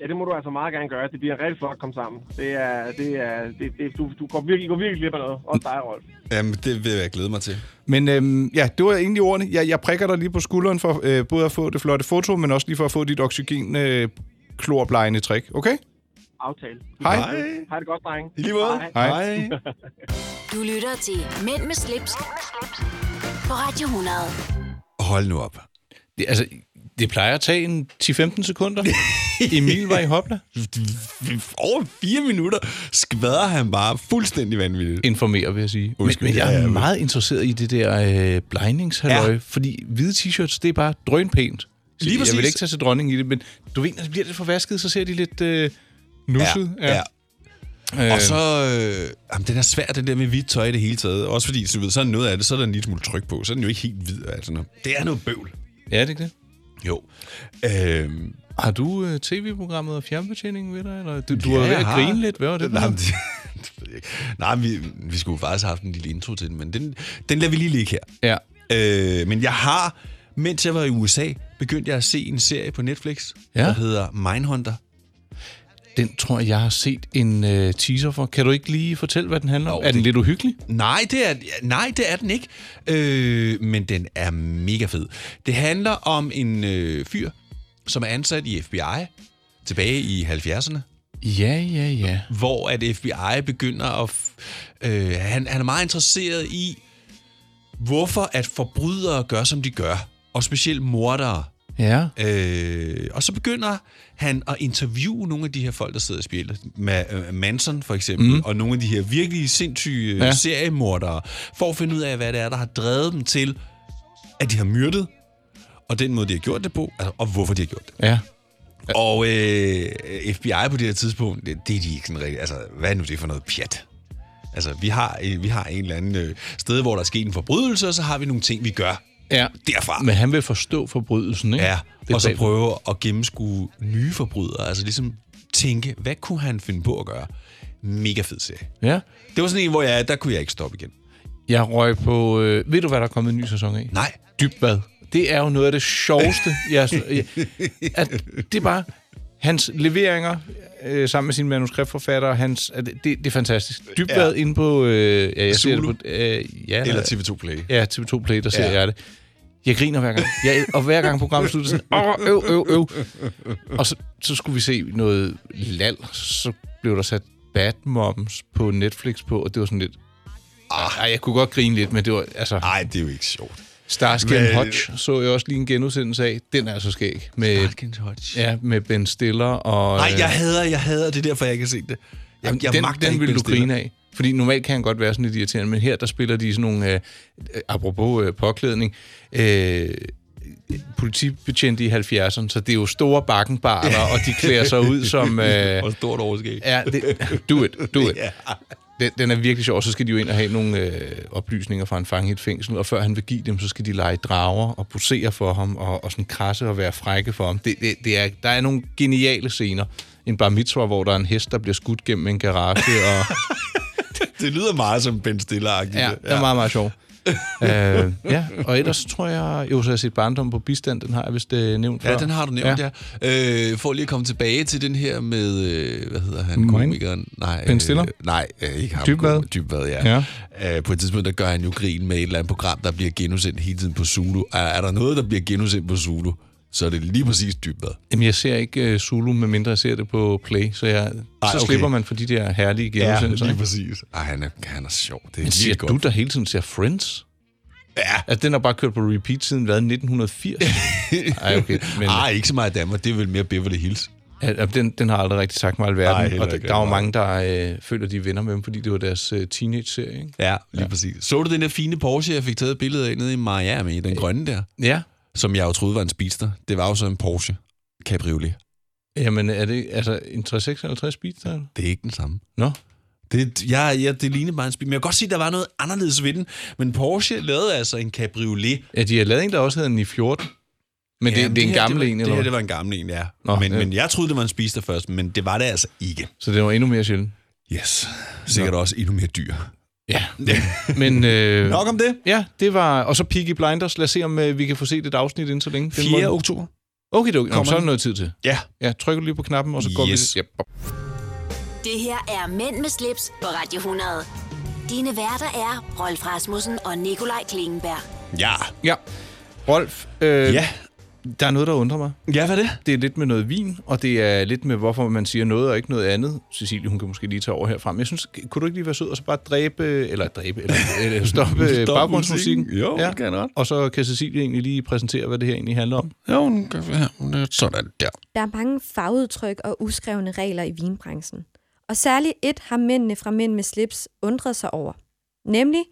S9: Ja, det må du altså meget gerne gøre. Det bliver rigtig flot at komme sammen. Det er, det er, det, det, du, du går virkelig, går virkelig glip af noget. Også dig, Rolf.
S3: Jamen, det vil jeg glæde mig til.
S2: Men øhm, ja, det var egentlig ordene. Jeg, jeg prikker dig lige på skulderen for øh, både at få det flotte foto, men også lige for at få dit oxygen øh, klorblegende trick, okay?
S9: Aftale.
S2: Hej.
S9: Hej det godt, drenge.
S3: I lige måde.
S9: Hej.
S2: Hej.
S1: Du lytter til Mænd med slips, på Radio 100.
S3: Hold nu op.
S2: Det, altså, det plejer at tage en 10-15 sekunder. Emil var i hopla.
S3: Over fire minutter skvader han bare fuldstændig vanvittigt.
S2: Informerer, vil jeg sige.
S3: Undskyld,
S2: men, men
S3: ja,
S2: jeg
S3: ja,
S2: er
S3: men-
S2: meget interesseret i det der øh, blindingshalløj, ja. fordi hvide t-shirts, det er bare drønpænt.
S3: Lige
S2: jeg vil
S3: præcis.
S2: ikke tage til dronningen i det, men du ved, når det bliver lidt forvasket, så ser de lidt øh, nusset.
S3: Ja,
S2: Øh,
S3: Og så, øh, jamen, den er svær, den der med hvidt tøj i det hele taget. Også fordi, så, du ved, så er noget af det, så er der en lille smule tryk på. Så er den jo ikke helt hvid. Altså, når- det er noget bøvl.
S2: ja, det er ikke det.
S3: Jo. Øh,
S2: Har du øh, tv-programmet og fjernbetjeningen ved dig? Eller? Du, du
S3: Ja,
S2: ja, var ved
S3: jeg
S2: at
S3: har.
S2: grine lidt. Hvad var det? for
S3: Nej, men
S2: noget?
S3: det, det ved jeg ikke. Nej, men vi, vi skulle faktisk have haft en lille intro til den, men den, den lader vi lige ligge her.
S2: Ja.
S3: Øh, men jeg har, mens jeg var i USA, begyndte jeg at se en serie på Netflix,
S2: Ja.
S3: der hedder Mindhunter.
S2: Den tror jeg, jeg har set en øh, teaser for. Kan du ikke lige fortælle, hvad den handler om?
S3: Jo,
S2: er den
S3: det-
S2: lidt uhyggelig?
S3: Nej, det er, nej, det er den ikke, øh, men den er mega fed. Det handler om en øh, fyr, som er ansat i FBI tilbage i 70'erne.
S2: Ja, ja, ja.
S3: hvor at FBI begynder at... f- Øh, han, han er meget interesseret i, hvorfor at forbrydere gør, som de gør, og specielt mordere.
S2: Ja.
S3: Øh, og så begynder han at interviewe nogle af de her folk, der sidder og spiller. Ma- øh, Manson for eksempel, mm. og nogle af de her virkelig sindssyge
S2: Mhm. Ja.
S3: ja. seriemordere, for at finde ud af, hvad det er, der har drevet dem til, at de har myrdet, og den måde, de har gjort det på, altså, og hvorfor de har gjort det.
S2: Ja.
S3: Og øh, FBI på det her tidspunkt, det, det er de ikke sådan rigtigt. Altså, hvad er nu det for noget pjat? Altså, vi har, øh, vi har en eller anden øh, sted, hvor der er sket en forbrydelse, og så har vi nogle ting, vi gør
S2: ja.
S3: derfra.
S2: Men han vil forstå forbrydelsen, ikke?
S3: ja,
S2: Det
S3: og så
S2: bag-
S3: prøve at gennemskue nye forbrydere. Altså ligesom tænke, hvad kunne han finde på at gøre? Mega fed serie.
S2: Ja.
S3: Det var sådan en, hvor jeg, der kunne jeg ikke stoppe igen.
S2: Jeg røg på... Øh, ved du, hvad der er kommet en ny sæson af?
S3: Nej.
S2: Dybvad. Det er jo noget af det sjoveste. jeg, jeg, at det er bare... Hans leveringer øh, sammen med sine manuskriptforfattere, hans, at det, det er fantastisk. Dybvad ja. inde på... Øh, ja, jeg ser det
S3: Zulu?
S2: på øh, ja,
S3: Eller TV2 Play.
S2: Ja, TV2 Play, der ser
S3: Ja.
S2: ja. jeg det. Jeg griner hver gang. Jeg, og hver gang programmet slutter, sådan, åh, øv, øv, øv. Og så, så skulle vi se noget lal, så blev der sat Bad Moms på Netflix på, og det var sådan lidt... Ah, jeg kunne godt grine lidt, men det var, altså...
S3: Nej, det er jo ikke sjovt.
S2: Starsky
S3: Ah, Men-
S2: and Hutch så jeg også lige en genudsendelse af. Den er så skæg. Med, ja, med Ben Stiller og...
S3: Nej,
S2: øh,
S3: jeg hader, jeg hader det, er derfor jeg ikke har set det.
S2: Jamen,
S3: Jeg, jeg
S2: den,
S3: magter
S2: den
S3: ikke
S2: ville
S3: Ben
S2: du
S3: Stiller.
S2: grine af. Fordi normalt kan han godt være sådan lidt irriterende, men her der spiller de sådan nogle, øh, øh, apropos øh, påklædning, øh, politibetjente i 70'erne, så det er jo store bakkenbarter, og de klæder sig ud som... Øh,
S3: Og stort overskæg.
S2: ja, det, do it, do it.
S3: Ja.
S2: Den, den er virkelig sjov, og så skal de jo ind og have nogle øh, oplysninger fra en fange i et fængsel, og før han vil give dem, så skal de lege drager og posere for ham, og, og sådan krasse og være frække for ham. Det, det, det er, der er nogle geniale scener. En bar mitzvah, hvor der er en hest, der bliver skudt gennem en garage, og...
S3: Det lyder meget som Ben Stiller-agtigt.
S2: Ja, den er meget, meget sjov. øh, ja, og ellers så tror jeg, jo, så har jeg set barndom på bistand, den har jeg vist øh, nævnt
S3: Ja,
S2: før.
S3: den har du nævnt, ja. ja. Øh, for lige at komme tilbage til den her med, øh, hvad hedder han,
S2: Mine?
S3: komikeren? Nej,
S2: Ben Stiller?
S3: Øh, nej, øh, ikke ham.
S2: Dybvad?
S3: Dybvad, ja.
S2: Ja.
S3: ja. Øh, på et tidspunkt, der gør han jo grin med et eller andet program, der bliver genudsendt hele tiden på Zulu. Er, er der noget, der bliver genudsendt på Zulu, så er det lige præcis Dybvad.
S2: Jamen, jeg ser ikke øh, Zulu, medmindre jeg ser det på Play, så, jeg, Ej, så
S3: okay.
S2: slipper man for de der herlige genudsendelser.
S3: lige
S2: Ja,
S3: præcis. Ej, han er, han er sjov. Det er
S2: Men
S3: virkelig
S2: siger
S3: godt.
S2: du, der hele tiden ser Friends?
S3: Ja.
S2: At den har bare kørt på repeat siden, hvad, 1980? Ej, okay. Men
S3: Ej, ikke så meget i Danmark. Det er vel mere Beverly Hills.
S2: at, den, den har aldrig rigtig sagt mig
S3: Nej,
S2: alverden.
S3: heller
S2: og der,
S3: ikke.
S2: der er jo mange, der øh, føler, de er venner med dem, fordi det var deres øh, teenage-serie, ikke?
S3: Ja, lige ja. præcis. Så du den der fine Porsche, jeg fik taget et billede af nede i Miami,
S2: Øh.
S3: den grønne der?
S2: Ja.
S3: som jeg jo troede var en speedster. Det var jo så en Porsche Cabriolet.
S2: Jamen, er det altså en 356 speedster?
S3: Det er ikke den samme.
S2: Nå.
S3: Det, jeg, jeg, det lignede bare en speed. Men jeg kan godt se, at der var noget anderledes ved den. Men Porsche lavede altså en Cabriolet.
S2: Ja, de har lavet en, der også hedder en i 14. Men det, det, er en
S3: her,
S2: gammel
S3: det var,
S2: en,
S3: Det her,
S2: eller hvad?
S3: det var en gammel en, ja. Nå,
S2: Nå,
S3: men,
S2: ja.
S3: men jeg troede, det var en speedster først, men det var det altså ikke.
S2: Så det var endnu mere sjældent.
S3: Yes. Sikkert Nå. også endnu mere dyr.
S2: Ja. Men, øh,
S3: Nok om det.
S2: ja, det var... Og så Peaky Blinders. Lad os se, om øh, vi kan få set et afsnit inden så længe. Den
S3: 4.
S2: måned.
S3: oktober.
S2: Okay, okay. Nå,
S3: Kommer
S2: så er der
S3: den.
S2: noget tid til.
S3: Ja.
S2: Ja, trykker du lige på knappen, og så går
S3: Yes.
S2: vi... Ja, bop.
S1: Det her er Mænd med slips på Radio 100. Dine værter er Rolf Rasmussen og Nikolaj Klingenberg.
S3: Ja.
S2: ja. Rolf, øh,
S3: Ja.
S2: der er noget, der undrer mig.
S3: Ja, hvad er det?
S2: Det er lidt med noget vin, og det er lidt med, hvorfor man siger noget og ikke noget andet. Cecilie, hun kan måske lige tage over herfra. Men jeg synes, kunne du ikke lige være sød og så bare dræbe, eller dræbe, eller, eller stoppe
S3: Stoppe
S2: baggrundsmusikken?
S3: musikken. Jo, det kan jeg godt.
S2: Og så kan Cecilie egentlig lige præsentere, hvad det her egentlig handler om.
S3: Jo, den gør vi her. Sådan der.
S10: Der er mange fagudtryk og uskrevne regler i vinbranchen. Og særligt et har mændene fra Mænd med slips undret sig over. Nemlig,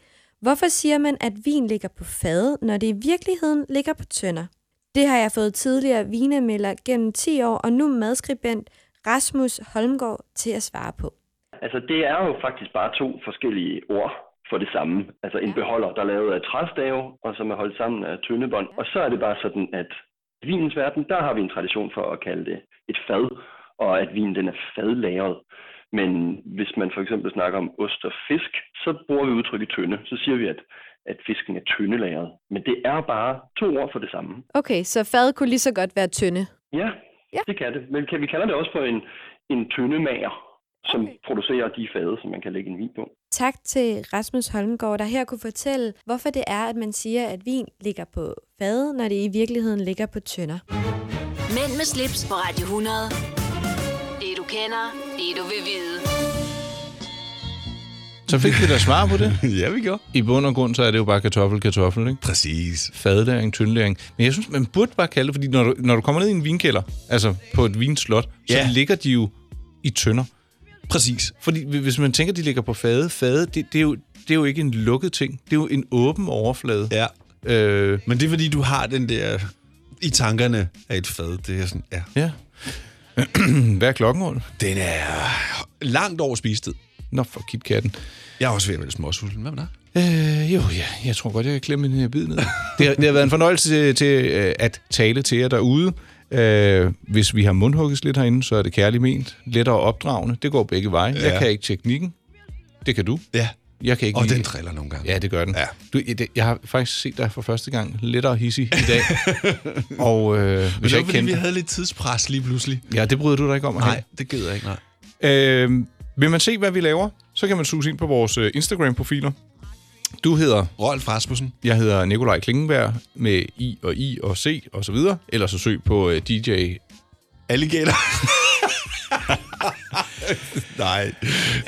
S10: hvorfor siger man, at vin ligger på fade, når det i virkeligheden ligger på tønder? Det har jeg fået tidligere vinemelder gennem 10 år, og nu madskribent Rasmus Holmgaard til at svare på.
S11: Altså, det er jo faktisk bare to forskellige ord for det samme. Altså en beholder, der er lavet af trælstave, og som er holdt sammen af tyndebånd. Og så er det bare sådan, at i vinens verden, der har vi en tradition for at kalde det et fad, og at vinen den er fadlagret. Men hvis man for eksempel snakker om ost og fisk, så bruger vi udtrykket tynde. Så siger vi, at, at fisken er tyndelagret. Men det er bare to ord for det samme.
S10: Okay, så fad kunne lige så godt være tynde.
S11: Ja, ja. det kan det. Men kan, vi kalder det også for en, en tyndemager, som okay. producerer de fade, som man kan lægge en vin på.
S10: Tak til Rasmus Holmgaard, der her kunne fortælle, hvorfor det er, at man siger, at vin ligger på fade, når det i virkeligheden ligger på tønder.
S1: Mænd med slips på Radio 100. Det du kender, det du vil vide.
S2: Så fik vi da svar på det.
S3: ja, vi gjorde.
S2: I bund og grund, så er det jo bare kartoffel, kartoffel, ikke?
S3: Præcis.
S2: Fadlæring, tyndlæring. Men jeg synes, man burde bare kalde det, fordi når du, når du kommer ned i en vinkælder, altså på et vinslot, så
S3: Ja.
S2: ligger de jo i tønder.
S3: Præcis.
S2: Fordi hvi- hvis man tænker, de ligger på fade, fade, det, det, er jo, det er jo ikke en lukket ting. Det er jo en åben overflade.
S3: Ja.
S2: Øh,
S3: Men det er, fordi du har den der i tankerne af et fad. Det er sådan, ja.
S2: ja. Hvad er klokken, Ole?
S3: Den er langt over spisetid.
S2: Nå, for kit katten.
S3: Jeg er også ved at være småsulten. Hvad med dig?
S2: Øh, jo, ja, jeg tror godt, jeg kan klemme en her bid ned. Det har, det har været en fornøjelse til, til øh, at tale til jer derude. Øh, hvis vi har mundhugget lidt herinde, så er det kærligt ment. Lettere opdragende. Det går begge veje. Ja.
S3: Ja.
S2: Jeg kan ikke teknikken. Det kan du.
S3: Ja.
S2: Jeg kan ikke
S3: Og
S2: lide-
S3: den triller nogle gange.
S2: Ja, det gør den.
S3: Ja.
S2: Du, jeg, det- jeg har faktisk set dig for første gang lettere hissig i dag. og
S3: Men
S2: øh, hvis
S3: det
S2: jeg
S3: var, fordi
S2: ikke
S3: vi
S2: kendte...
S3: havde lidt tidspres lige pludselig.
S2: Ja, det bryder du dig ikke om at have.
S3: Nej, det gider jeg ikke, nej.
S2: Øh, vil man se, hvad vi laver, så kan man suge ind på vores øh, Instagram-profiler. Du hedder
S3: Rolf Rasmussen.
S2: Jeg hedder Nikolaj Klingenberg med I og I og C og så videre. Eller så søg på øh, DJ...
S3: Alligator. nej,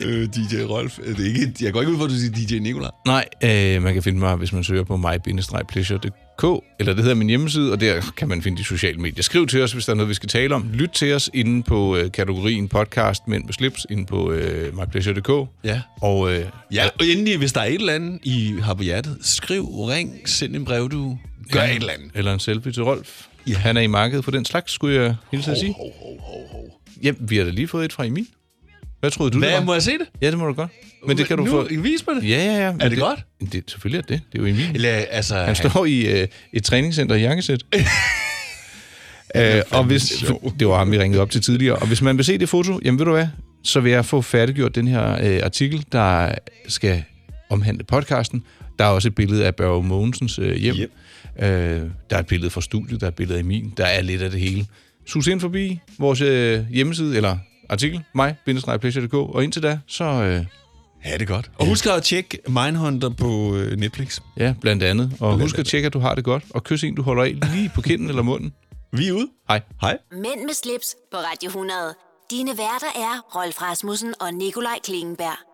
S3: øh, DJ Rolf. Det er ikke, jeg går ikke ud for, at du siger DJ Nikolaj.
S2: Nej, øh, man kan finde mig, hvis man søger på mig-pleasure.dk, eller det hedder min hjemmeside, og der kan man finde de sociale medier. Skriv til os, hvis der er noget, vi skal tale om. Lyt til os inde på øh, kategorien podcast Mænd med slips, inde på øh, mypleasure.dk.
S3: Ja.
S2: Og øh,
S3: Ja, og endelig, hvis der er et eller andet, I har på hjertet, skriv, ring, send en brev, du gør ja. et eller andet.
S2: Eller en selfie til Rolf.
S3: Ja.
S2: Ja. Han er i markedet for den slags, skulle jeg hilse at sige.
S3: Hov, hov, hov, hov.
S2: Ja, vi har da lige fået et fra Emil. Hvad troede du, det
S3: Hvad,
S2: var?
S3: må jeg se det?
S2: Ja, det må du godt. Men det kan du
S3: nu,
S2: få...
S3: Vis mig det.
S2: Ja, ja, ja. Men
S3: det godt?
S2: Det, selvfølgelig er det. Det er jo Emil.
S3: Eller, altså,
S2: Han står i øh, et træningscenter i jakkesæt. Øh, og hvis, det var ham, vi ringede op til tidligere. Og hvis man vil se det foto, jamen ved du hvad, så vil jeg få færdiggjort den her øh, artikel, der skal omhandle podcasten. Der er også et billede af Børge Mogensens øh, hjem.
S3: Hjem.
S2: Yep. Øh, der er et billede fra studiet, der er et billede af min. Der er lidt af det hele. Sus ind forbi vores øh, hjemmeside, eller artikel, mig, pleasuredk og indtil da, så øh,
S3: ha' det godt. Og husk at tjekke Mindhunter på øh, Netflix.
S2: ja, blandt andet. Og blandt husk
S3: andet.
S2: at tjekke, at du har det godt, og kys en, du holder af lige på kinden eller munden.
S3: Vi er ude.
S2: Hej.
S3: Hej.
S1: Mænd med slips på Radio 100. Dine værter er Rolf Rasmussen og Nikolaj Klingenberg.